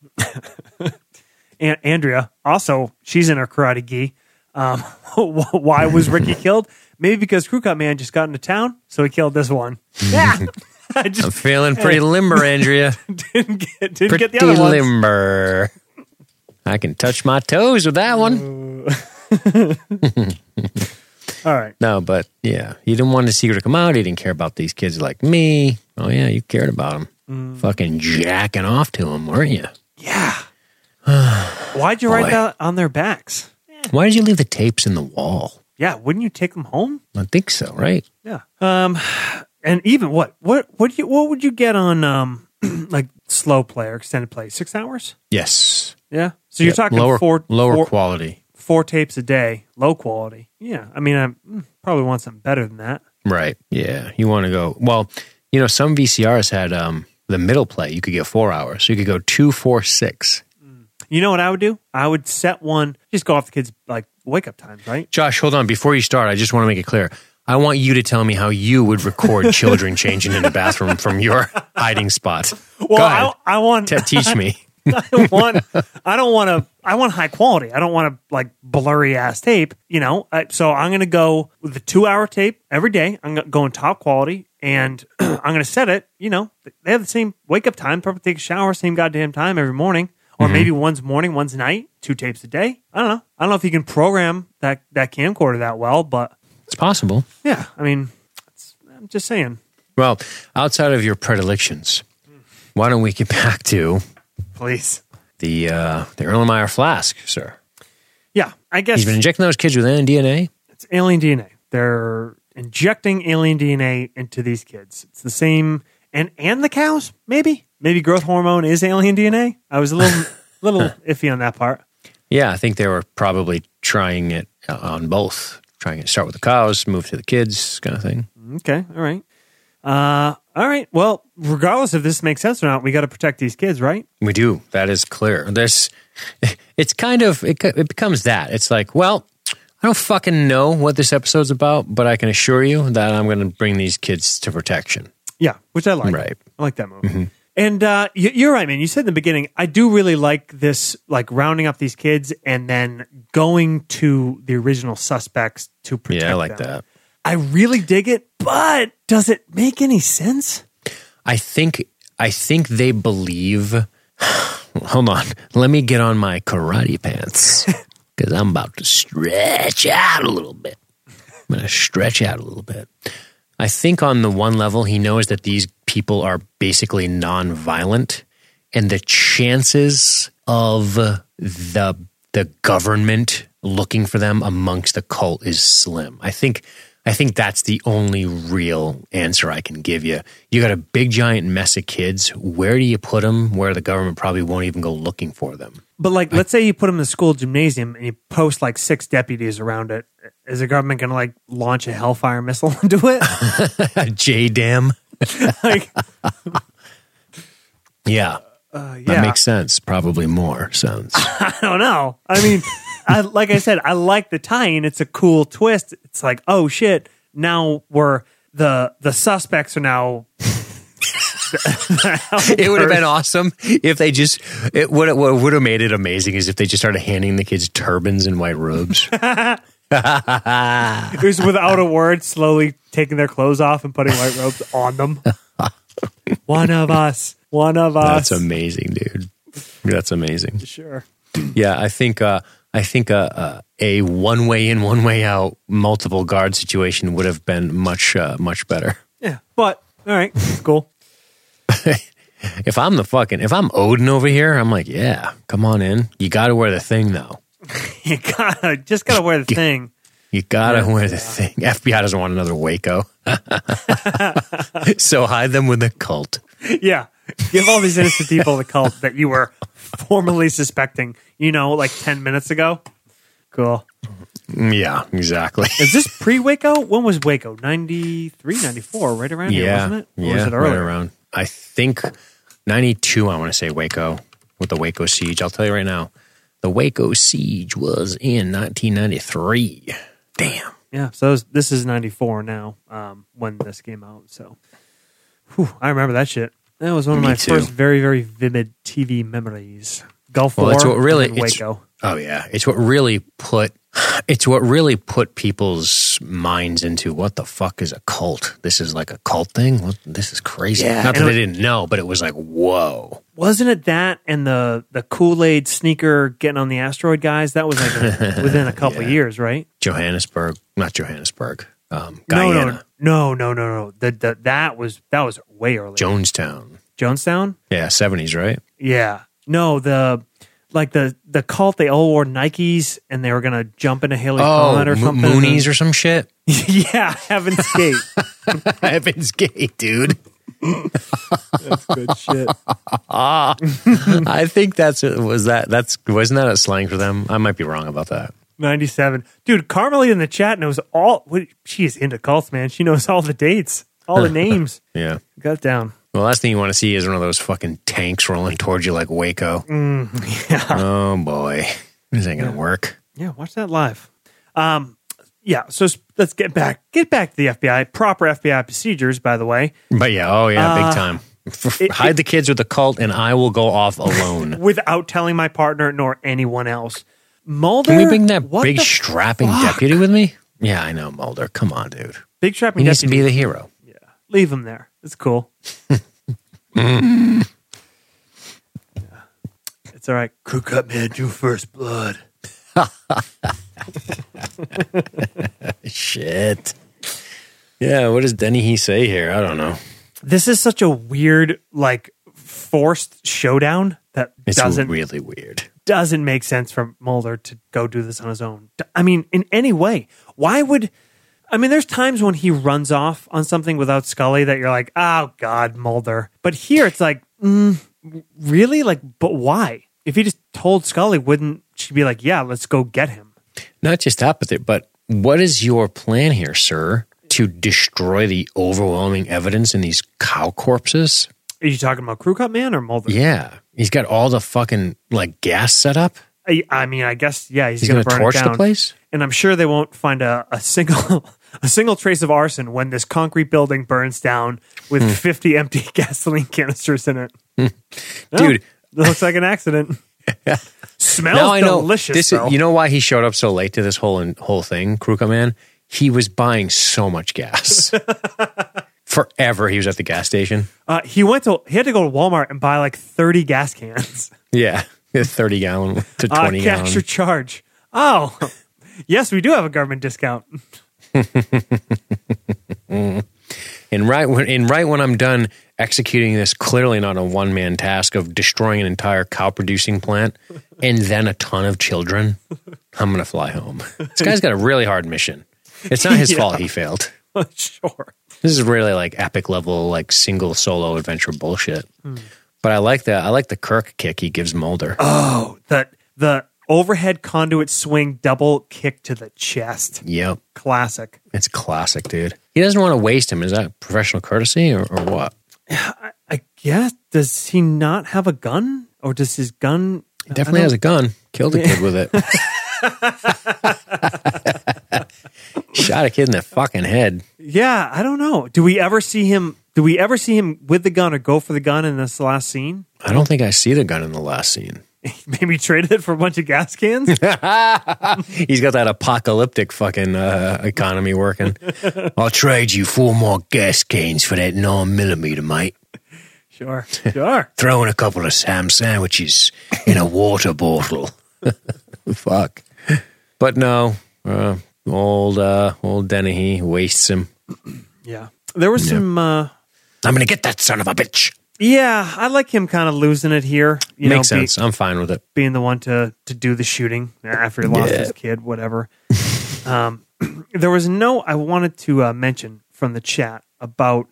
And Andrea, also, she's in her karate gi. Um, wh- why was Ricky killed? Maybe because Crew Cut Man just got into town, so he killed this one. Yeah. I
I'm
just
feeling pretty limber, Andrea.
didn't get, didn't
pretty
get the other ones.
limber. I can touch my toes with that one.
All right.
No, but yeah, you didn't want the secret to come out. You didn't care about these kids like me. Oh yeah, you cared about them.
Mm.
Fucking jacking off to them, weren't you?
Yeah. Why'd you write
Boy.
that on their backs?
Why did you leave the tapes in the wall?
Yeah. Wouldn't you take them home?
I think so, right?
Yeah. Um, and even what what what do you what would you get on um like slow play or extended play? Six hours?
Yes.
Yeah. So you're
Yeah,
talking
lower
four
lower
four,
quality,
four tapes a day, low quality. Yeah. I mean, I mm, probably want something better than that.
right? Yeah, you want to go. Well, you know, some VCRs had um, the middle play. You could get four hours. So you could go two, four, six.
You know what I would do? I would set one. Just go off the kids like wake up times, right?
Josh, hold on. Before you start, I just want to make it clear. I want you to tell me how you would record children changing in the bathroom from your hiding spot.
Well,
go ahead.
I, I want
Te- teach me.
I want I don't want to I want high quality. I don't want to like blurry ass tape, you know. I, so I'm going to go with the 2-hour tape every day. I'm going to go in top quality and I'm going to set it, you know. They have the same wake up time, probably take a shower same goddamn time every morning. or maybe one's morning, one's night, two tapes a day. I don't know. I don't know if you can program that that camcorder that well, but
It's possible.
yeah, I mean, it's, I'm just saying.
Well, outside of your predilections, why don't we get back to
Please.
the uh, the Erlenmeyer flask, sir?
Yeah, I guess
He's been injecting those kids with DNA.
it's alien DNA. They're injecting alien DNA into these kids. It's the same, and and the cows maybe maybe growth hormone is alien DNA. I was a little little iffy on that part.
Yeah, I think they were probably trying it on both, trying to start with the cows, move to the kids, kind of thing.
Okay, all right, uh, all right. Well, regardless if this makes sense or not, we got to protect these kids, right?
We do. That is clear. There's, it's kind of it, it becomes that. It's like, well, I don't fucking know what this episode's about, but I can assure you that I'm going to bring these kids to protection.
Yeah, which I like.
Right. Mm-hmm.
I like that movie. And uh, y- you're right, man. You said in the beginning, I do really like this, like rounding up these kids and then going to the original suspects to protect.
Yeah, I like
them.
that.
I really dig it, but does it make any sense?
I think I think they believe. Hold on, let me get on my karate pants because I'm about to stretch out a little bit. I'm going to stretch out a little bit. I think on the one level, he knows that these people are basically nonviolent, and the chances of the the government looking for them amongst the cult is slim. I think I think that's the only real answer I can give you. You got a big giant mess of kids. Where do you put them? Where the government probably won't even go looking for them.
But like, let's say you put them in the school gymnasium and you post like six deputies around it. Is the government going to like launch a Hellfire missile into it?
J Dam.
like,
Yeah,
uh, yeah.
that makes sense. Probably more sense.
I don't know. I mean, I, like I said, I like the tie-in. It's a cool twist. It's like, oh shit! Now we're the the suspects are now.
it would have been awesome if they just it would what would have made it amazing is if they just started handing the kids turbans and white robes.
It was without a word, slowly taking their clothes off and putting white robes on them. one of us. One of us.
That's amazing, dude. That's amazing.
sure.
Yeah, I think uh I think uh, uh, a one way in, one way out, multiple guard situation would have been much uh, much better.
Yeah, but all right, cool.
If I'm the fucking if I'm Odin over here, I'm like, yeah, come on in. You got to wear the thing though.
You gotta just gotta wear the thing.
You gotta wear the thing. FBI doesn't want another Waco, so hide them with a cult.
Yeah. Give all these innocent people the cult that you were formerly suspecting, you know, like 10 minutes ago. Cool.
Yeah, exactly.
Is this pre Waco? When was Waco? 93, 94, right around here, wasn't it? Or
yeah,
was it
right
earlier?
around. I think '92. I want to say Waco with the Waco siege. I'll tell you right now, the Waco siege was in 1993. Damn.
Yeah. So this- this is 94 now um, when this came out. So Whew, I remember that shit. That was one of
Me
my
too.
first very, very vivid TV memories. Gulf
Well,
War.
it's what really-
and
it's-
Waco.
Oh yeah, it's what really put it's what really put people's minds into what the fuck is a cult. This is like a cult thing. What, this is crazy.
Yeah,
Not that
and
they
it-
didn't know, but it was like whoa.
wasn't it that and the the Kool Aid sneaker getting on the asteroid guys? That was like a, within a couple years, right?
Johannesburg, not Johannesburg. Um, Guyana,
No, no, no, no, no. The, the, that was that was way earlier.
Jonestown.
Jonestown.
Yeah, seventies, right?
Yeah. No, the like the the cult they all wore Nikes and they were gonna jump into Haley Comet or
Oh, Mo-
something.
Moonies or some shit.
yeah, Heaven's Gate.
Heaven's Gate, dude.
That's good shit.
I think that's was that that's wasn't that a slang for them? I might be wrong about that.
Ninety seven, dude. Carmelie in the chat knows all. What, she is into cults, man. She knows all the dates, all the names.
Yeah.
Got it down.
The last thing you want to see is one of those fucking tanks rolling towards you like Waco. Oh boy, this ain't gonna work.
Mm, Yeah, watch that live. Um, yeah, so s- let's get back get back to the FBI proper FBI procedures. By the way,
But yeah, oh yeah,
Uh,
big time. F-
it-
Hide the kids with the cult, and I will go off alone.
without telling my partner nor anyone else, Mulder.
Can we bring that
what
big
the
strapping deputy with me? Yeah, I know Mulder. Come on, dude.
big trap?
He needs to be the hero.
Leave him there. It's cool. Yeah. It's all right. Cook up, man. Do first blood.
Shit. Yeah, what does Denny he say here? I don't know.
This is such a weird, like, forced showdown that
It's
doesn't
really weird.
doesn't make sense for Mulder to go do this on his own. D- I mean, in any way, why would? I mean, there's times when he runs off on something without Scully that you're like, oh God, Mulder. But here it's like, mm, really, like, but why? If he just told Scully, wouldn't she be like, yeah, let's go get him?
Not just that, but, the, but what is your plan here, sir? To destroy the overwhelming evidence in these cow corpses?
Are you talking about Crew Cut Man or Mulder?
Yeah. He's got all the fucking like gas set up.
I, I mean, I guess yeah, he's,
He's
going
going
to
to
burn
torch
it
the
down.
place?
and I'm sure they won't find a, a single a single trace of arson when this concrete building burns down with
Hmm.
50 empty gasoline canisters in it. No,
Dude.
it looks like an accident. Smells
Now I know
delicious.
this.
though.
Is, you know why he showed up so late to this whole whole thing, Kruka man? He was buying so much gas. Forever he was at the gas station.
uh, he went to he had to go to Walmart and buy like 30 gas cans.
Yeah, thirty gallon to
Uh,
twenty gallon.
cash or charge. Oh, yes, we do have a government discount.
And right when and right when I'm done executing this, clearly not a one man task of destroying an entire cow producing plant and then a ton of children, I'm gonna fly home. This guy's got a really hard mission. It's not his
Yeah.
fault he failed.
sure.
This is really like epic level, like single solo adventure bullshit. But I like the I like the Kirk kick he gives Mulder.
Hmm. Oh, the the overhead conduit swing double kick to the chest.
Yep,
Classic.
it's classic, dude. He doesn't want to waste him. Is that professional courtesy or, or what?
I guess does he not have a gun, or does his gun?
He definitely has a gun. Killed a kid with it. Shot a kid in the fucking head.
Yeah, I don't know. Do we ever see him? Do we ever see him with the gun or go for the gun in this last scene?
I don't think I see the gun in the last scene.
Maybe traded it for a bunch of gas cans.
He's got that apocalyptic fucking uh, economy working. I'll trade you four more gas cans for that nine millimeter, mate.
sure, sure.
Throw in a couple of Sam sandwiches in a water bottle. Fuck. But no, uh, old uh, old Dennehy wastes him.
Yeah, there was some. uh
I'm gonna get that son of a bitch.
Yeah, I like him kind of losing it here. You
Makes
know, be-
sense. I'm fine with it.
being the one to to do the shooting after he lost
Yeah.
his kid, whatever. um, there was no I wanted to uh, mention from the chat about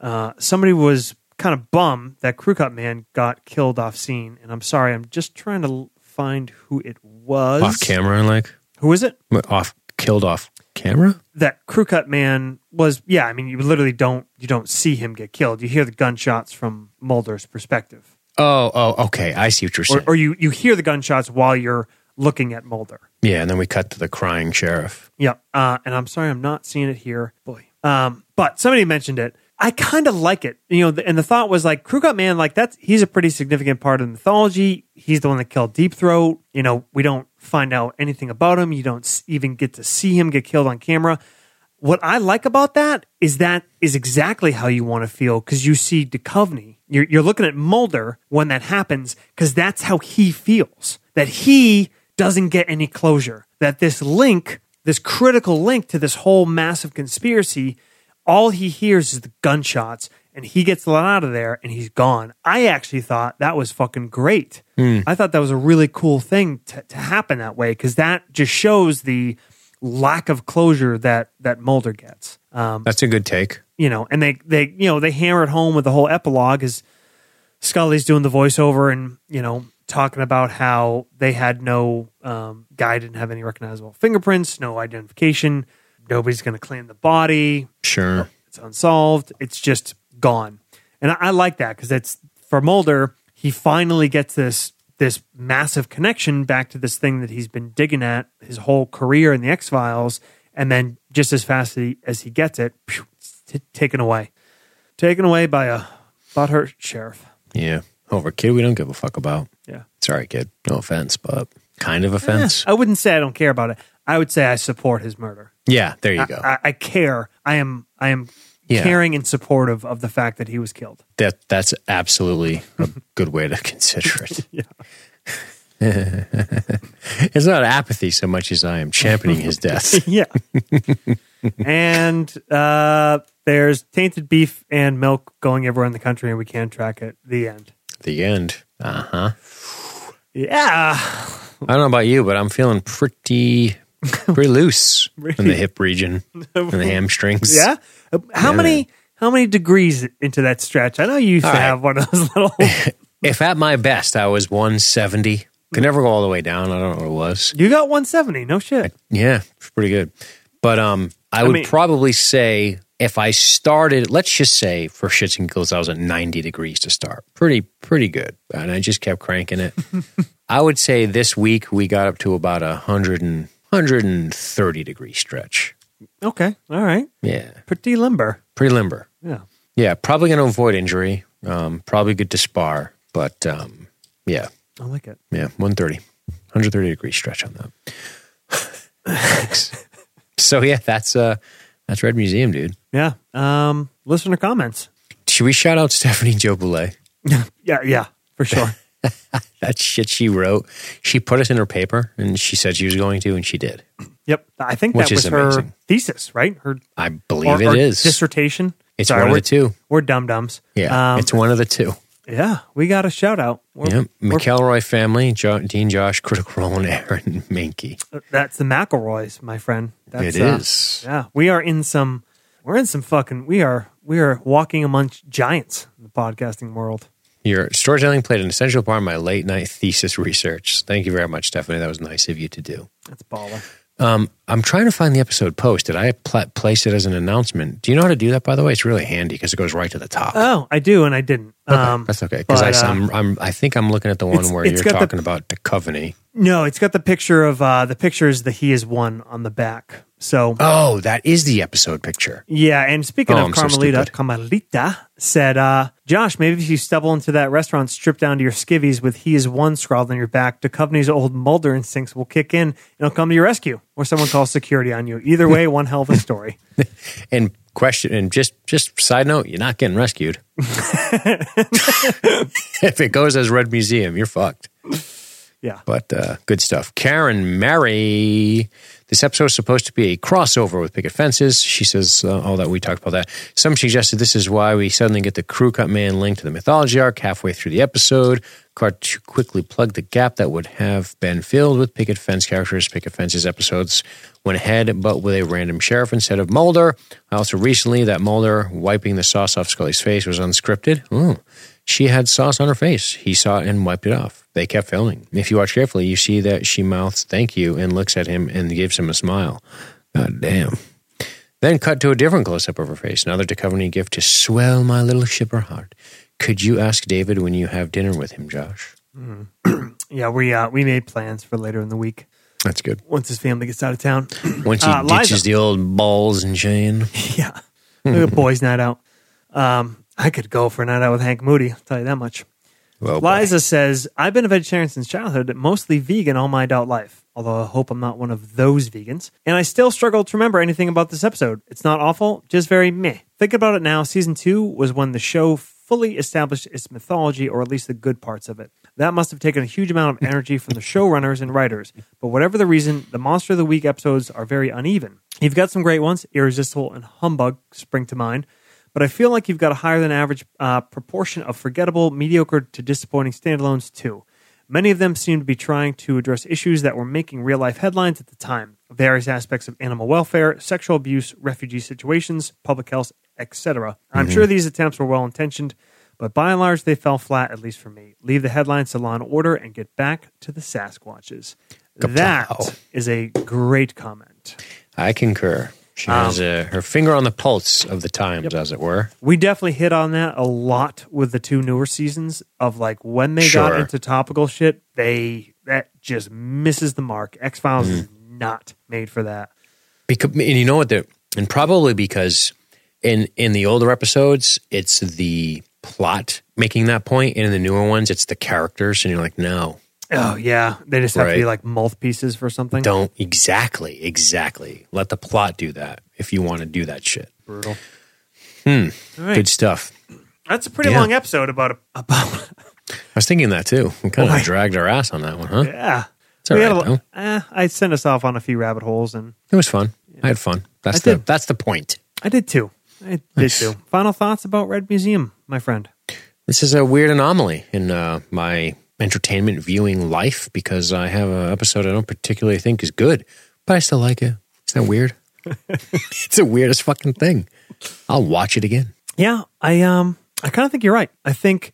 uh, somebody was kind of bum that crew cut man got killed off scene, and I'm sorry, I'm just trying to l- find who it was.
off camera and like
Who is it?
what, off killed off camera
That crew cut man was yeah. I mean, you literally don't you don't see him get killed. You hear the gunshots from Mulder's perspective,
oh oh okay i see what you're
or,
saying
or you you hear the gunshots while you're looking at Mulder.
yeah and then we cut to the crying sheriff
Yep. Uh, and I'm sorry, I'm not seeing it here. Boy. Um, but somebody mentioned it. I kind of like it. You know, the, and the thought was like, Krugot Man, like that's, he's a pretty significant part of the mythology. He's the one that killed Deep Throat. You know, we don't find out anything about him. You don't s- even get to see him get killed on camera. What I like about that is that is exactly how you want to feel because you see Duchovny. You're, you're looking at Mulder when that happens because that's how he feels that he doesn't get any closure. That this link, this critical link to this whole massive conspiracy, all he hears is the gunshots and he gets let out of there and he's gone. I actually thought that was fucking great. I thought that was a really cool thing to, to happen that way because that just shows the lack of closure that that Mulder gets. Um,
that's a good take
you know, and they they you know they hammer it home with the whole epilogue is Scully's doing the voiceover and you know talking about how they had no um, guy didn't have any recognizable fingerprints, no identification, nobody's going to claim the body,
sure
it's unsolved. It's just gone. And I, I like that because it's for Mulder. He finally gets this this massive connection back to this thing that he's been digging at his whole career in the X Files, and then just as fast as he, as he gets it, phew, it's t- taken away, taken away by a butthurt sheriff.
yeah over a kid we don't give a fuck about
Yeah,
sorry kid no offense but kind of offense
I wouldn't say I don't care about it. I would say I support his murder.
yeah there you go
I, I care. I am. I am
Yeah.
caring and supportive of the fact that he was killed.
that that's absolutely a good way to consider it
Yeah.
it's not apathy so much as I am championing his death.
yeah. and uh, there's tainted beef and milk going everywhere in the country, and we can't track it. The end.
the end. Uh huh.
Yeah.
I don't know about you, but I'm feeling pretty, pretty loose in the hip region and the hamstrings.
Yeah. How
Yeah.
many? How many degrees into that stretch? I know you used
All
to
right.
have one of those little.
If at my best I was 170, could never go all the way down. I don't know what it was.
you got 170. No shit.
Yeah, it's pretty good. But um, I would
mean-
probably say if I started, let's just say for shits and giggles, I was at 90 degrees to start. Pretty, pretty good. And I just kept cranking it. I would say this week we got up to about a 100 and 130 degree stretch.
Okay. All right.
Yeah,
Pretty limber.
pretty limber.
Yeah.
Yeah, probably going to avoid injury. Um, probably good to spar, but um, yeah,
I like it.
yeah, 130, 130 degree stretch on that. Thanks. So yeah, that's uh, that's Red Museum, dude.
Yeah. Um. Listener comments.
Should we shout out Stephanie Joboulet?
Yeah. Yeah. For sure.
That shit she wrote, she put us in her paper, and she said she was going to, and she did.
yep. I think
Which
that was
is
her
amazing.
thesis, right? Her
I
or,
believe it
or
is.
dissertation.
It's
Sorry,
one of
we're,
the two.
we're dum dums.
Yeah,
Um,
it's one of the two.
yeah. We got a shout out. We're-
Yeah, McElroy family, jo- Dean, Josh, Critical Role, and Aaron Mankey.
That's the McElroys, my friend.
It
That's,
is.
uh, Yeah, we are in some. We're in some fucking. We are. We are walking amongst giants in the podcasting world.
Your storytelling played an essential part in my late night thesis research. Thank you very much, Stephanie. That was nice of you to do.
That's baller.
Um, I'm trying to find the episode post. Did I pla place it as an announcement? Do you know how to do that, by the way? It's really handy because it goes right to the top.
Oh, I do, and I didn't. Um,
That's okay. Because
but, uh,
I'm, I'm, I think I'm looking at the one
it's-
where
it's
you're
got the-
talking about the Coveney.
no, it's got the picture of uh, the picture is the he is one on the back. So
Oh, that is the episode picture.
Yeah, and speaking
Oh,
of
I'm so
Carmelita,
stupid.
Carmelita said, uh, "Josh, maybe if you stumble into that restaurant, strip down to your skivvies with he is one scrawled on your back, Duchovny's old Mulder instincts will kick in, and he'll come to your rescue, or someone calls security on you. Either way, one hell of a story.
And question, and just, just side note, you're not getting rescued. if it goes as Red Museum, you're fucked.
Yeah,
But uh, good stuff. Karen Mary. This episode is supposed to be a crossover with Picket Fences. She says uh, all that we talked about that. Some suggested this is why we suddenly get the crew cut man link to the mythology arc halfway through the episode. Cart quickly plugged the gap that would have been filled with Picket Fence characters. Picket Fences episodes went ahead, but with a random sheriff instead of Mulder. I also recently that Mulder wiping the sauce off Scully's face was unscripted. Ooh. She had sauce on her face. He saw it and wiped it off. They kept filming. If you watch carefully, you see that she mouths thank you and looks at him and gives him a smile. God damn. Then cut to a different close up of her face, another Duchovny gift to swell my little shipper heart. Could you ask David when you have dinner with him, Josh?
yeah, we uh, we made plans for later in the week
That's good.
once his family gets out of town.
Once he
Uh, Liza.
ditches the old balls and chain.
yeah,
Hmm.
Like a boys' night out. Um, I could go for a night out with Hank Moody. I'll tell you that much."
Well,
Liza says, I've been a vegetarian since childhood, mostly vegan all my adult life, although I hope I'm not one of those vegans. And I still struggle to remember anything about this episode. It's not awful, just very meh. Think about it now, season two was when the show fully established its mythology, or at least the good parts of it. That must have taken a huge amount of energy from the showrunners and writers. But whatever the reason, the Monster of the Week episodes are very uneven. You've got some great ones, Irresistible and Humbug spring to mind but I feel like you've got a higher than average uh, proportion of forgettable, mediocre to disappointing standalones, too. Many of them seem to be trying to address issues that were making real life headlines at the time various aspects of animal welfare, sexual abuse, refugee situations, public health, etc. I'm sure these attempts were well intentioned, but by and large, they fell flat, at least for me. Leave the headlines to law and order and get back to the Sasquatches. That is a great comment.
I concur. She
Um,
has uh, her finger on the pulse of the times, as it were.
we definitely hit on that a lot with the two newer seasons of like when they
Sure.
got into topical shit, they that just misses the mark. X Files is
Mm-hmm.
not made for that.
because and you know what the and probably because in in the older episodes it's the plot making that point and in the newer ones it's the characters and you're like no
Oh yeah, they just have to be
Right.
like mouth pieces for something.
don't exactly exactly let the plot do that if you want to do that shit
Brutal.
Hmm. good stuff
That's a pretty
Yeah.
long episode about a, about
was thinking that too. We kind
Boy.
of dragged our ass on that one, huh?
Yeah.
It's all
We
right,
had a-
though.
eh, I sent us off on a few rabbit holes, and
It was fun. I had fun. That's
I
the
did.
that's the point.
I did too. I did too. Final thoughts about Red Museum, my friend.
This is a weird anomaly in uh, my entertainment viewing life because I have an episode I don't particularly think is good, but I still like it. Isn't that weird? it's the weirdest fucking thing. I'll watch it again.
Yeah, I um, I kind of think you're right. I think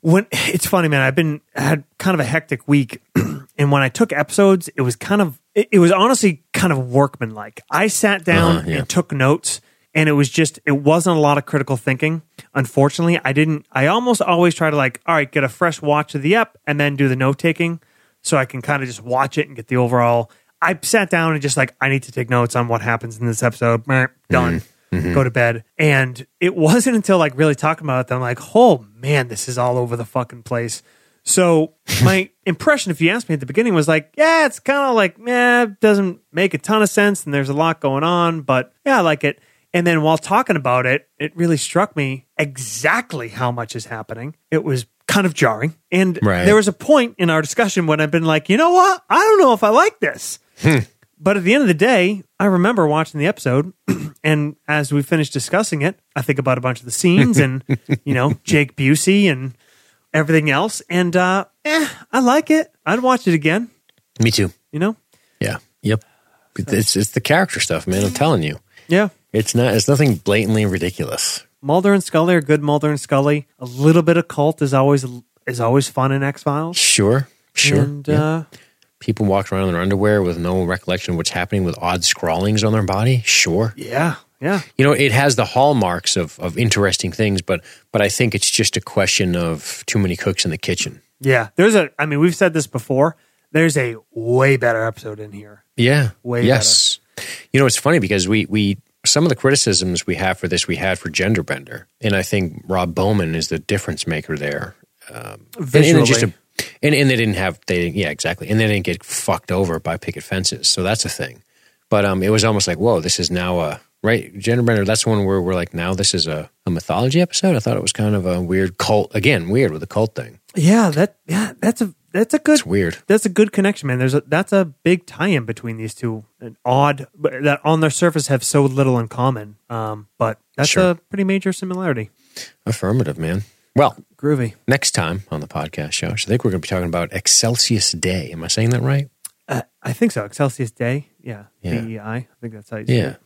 when it's funny, man. I've been I had kind of a hectic week, and when I took episodes, it was kind of it, it was honestly kind of workmanlike. I sat down
Uh-huh, yeah.
and took notes, and it was just it wasn't a lot of critical thinking. Unfortunately, I didn't. I almost always try to like, all right, get a fresh watch of the ep, and then do the note taking, so I can kind of just watch it and get the overall. I sat down and just like I need to take notes on what happens in this episode. Meh, Done. Go to bed. And it wasn't until like really talking about it that I'm like, oh man, this is all over the fucking place. So my impression, if you asked me at the beginning, was like, yeah, it's kind of like, eh, it doesn't make a ton of sense, and there's a lot going on, but yeah, I like it. And then while talking about it, it really struck me exactly how much is happening. It was kind of jarring, and
Right.
there was a point in our discussion when I've been like, you know what, I don't know if I like this. But at the end of the day, I remember watching the episode, and as we finished discussing it, I think about a bunch of the scenes and you know Jake Busey and everything else, and uh, eh, I like it. I'd watch it again.
Me too.
You know,
Yeah. Yep. It's it's the character stuff, man. I'm telling you.
yeah.
It's not it's nothing blatantly ridiculous.
Mulder and Scully are good. Mulder and Scully. A little bit of cult is always is always fun in X Files.
Sure. Sure.
And
Yeah.
uh,
People walk around in their underwear with no recollection of what's happening with odd scrawlings on their body. Sure.
yeah, yeah.
you know it has the hallmarks of, of interesting things but but i think it's just a question of too many cooks in the kitchen
Yeah, there's a. I mean, we've said this before. There's a way better episode in here.
yeah
Way
yes you know it's funny because we we some of the criticisms we have for this we had for genderbender and i think rob bowman is the difference maker there And- And,
Visually,
it's just a- and, and they didn't have they yeah exactly and they didn't get fucked over by picket fences so that's a thing but um it was almost like whoa this is now a right genderbender that's one where we're like now this is a, a mythology episode i thought it was kind of a weird cult again weird with the cult thing
yeah. That yeah. That's a that's a good
it's weird
that's a good connection, man. There's a, that's a big tie-in between these two. An odd but that on their surface have so little in common, um, but that's
Sure.
a pretty major similarity.
Affirmative, man. Well,
Groovy.
next time on the podcast show, I think we're going to be talking about Excelsius Day. Am I saying that right?
Uh, I think so. Excelsius Day. Yeah.
Yeah.
DEI. I think that's how you say
Yeah.
it.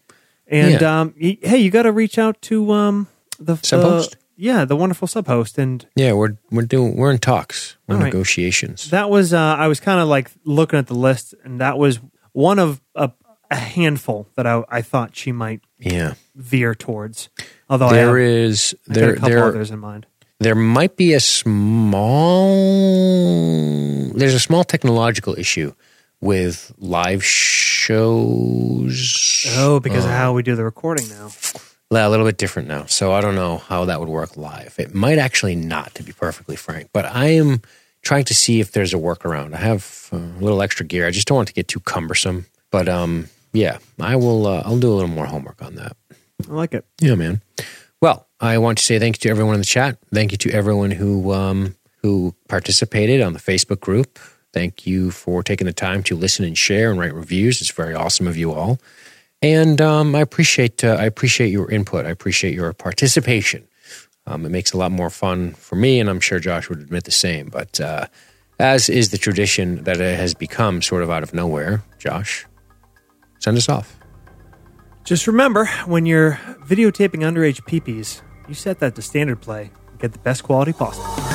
And
Yeah.
Um, y- hey, you got to reach out to um, the the-
Sub-host?
yeah, the wonderful subhost, and
Yeah, we're we're doing we're in talks, we're in
All right.
negotiations.
that was uh, I was kind of like looking at the list, and that was one of a, a handful that I, I thought she might
yeah.
veer towards. Although Oh, I
There
have,
is
I got a
there
couple
there
others in mind.
there might be a small there's a small technological issue with live shows.
Oh, because of how we do the recording now.
Well, a little bit different now. So I don't know how that would work live. It might actually not, to be perfectly frank. But I am trying to see if there's a workaround. I have uh, a little extra gear. I just don't want it to get too cumbersome. But um, yeah, I will. Uh, I'll do a little more homework on that.
I like it.
Yeah, man. Well, I want to say thank you to everyone in the chat. Thank you to everyone who um, who participated on the Facebook group. Thank you for taking the time to listen and share and write reviews. It's very awesome of you all, and um, I appreciate uh, I appreciate your input. I appreciate your participation. Um, it makes it a lot more fun for me, and I'm sure Josh would admit the same. But uh, as is the tradition that it has become, sort of out of nowhere, Josh, send us off.
Just remember when you're videotaping underage peepees, you set that to standard play and get the best quality possible.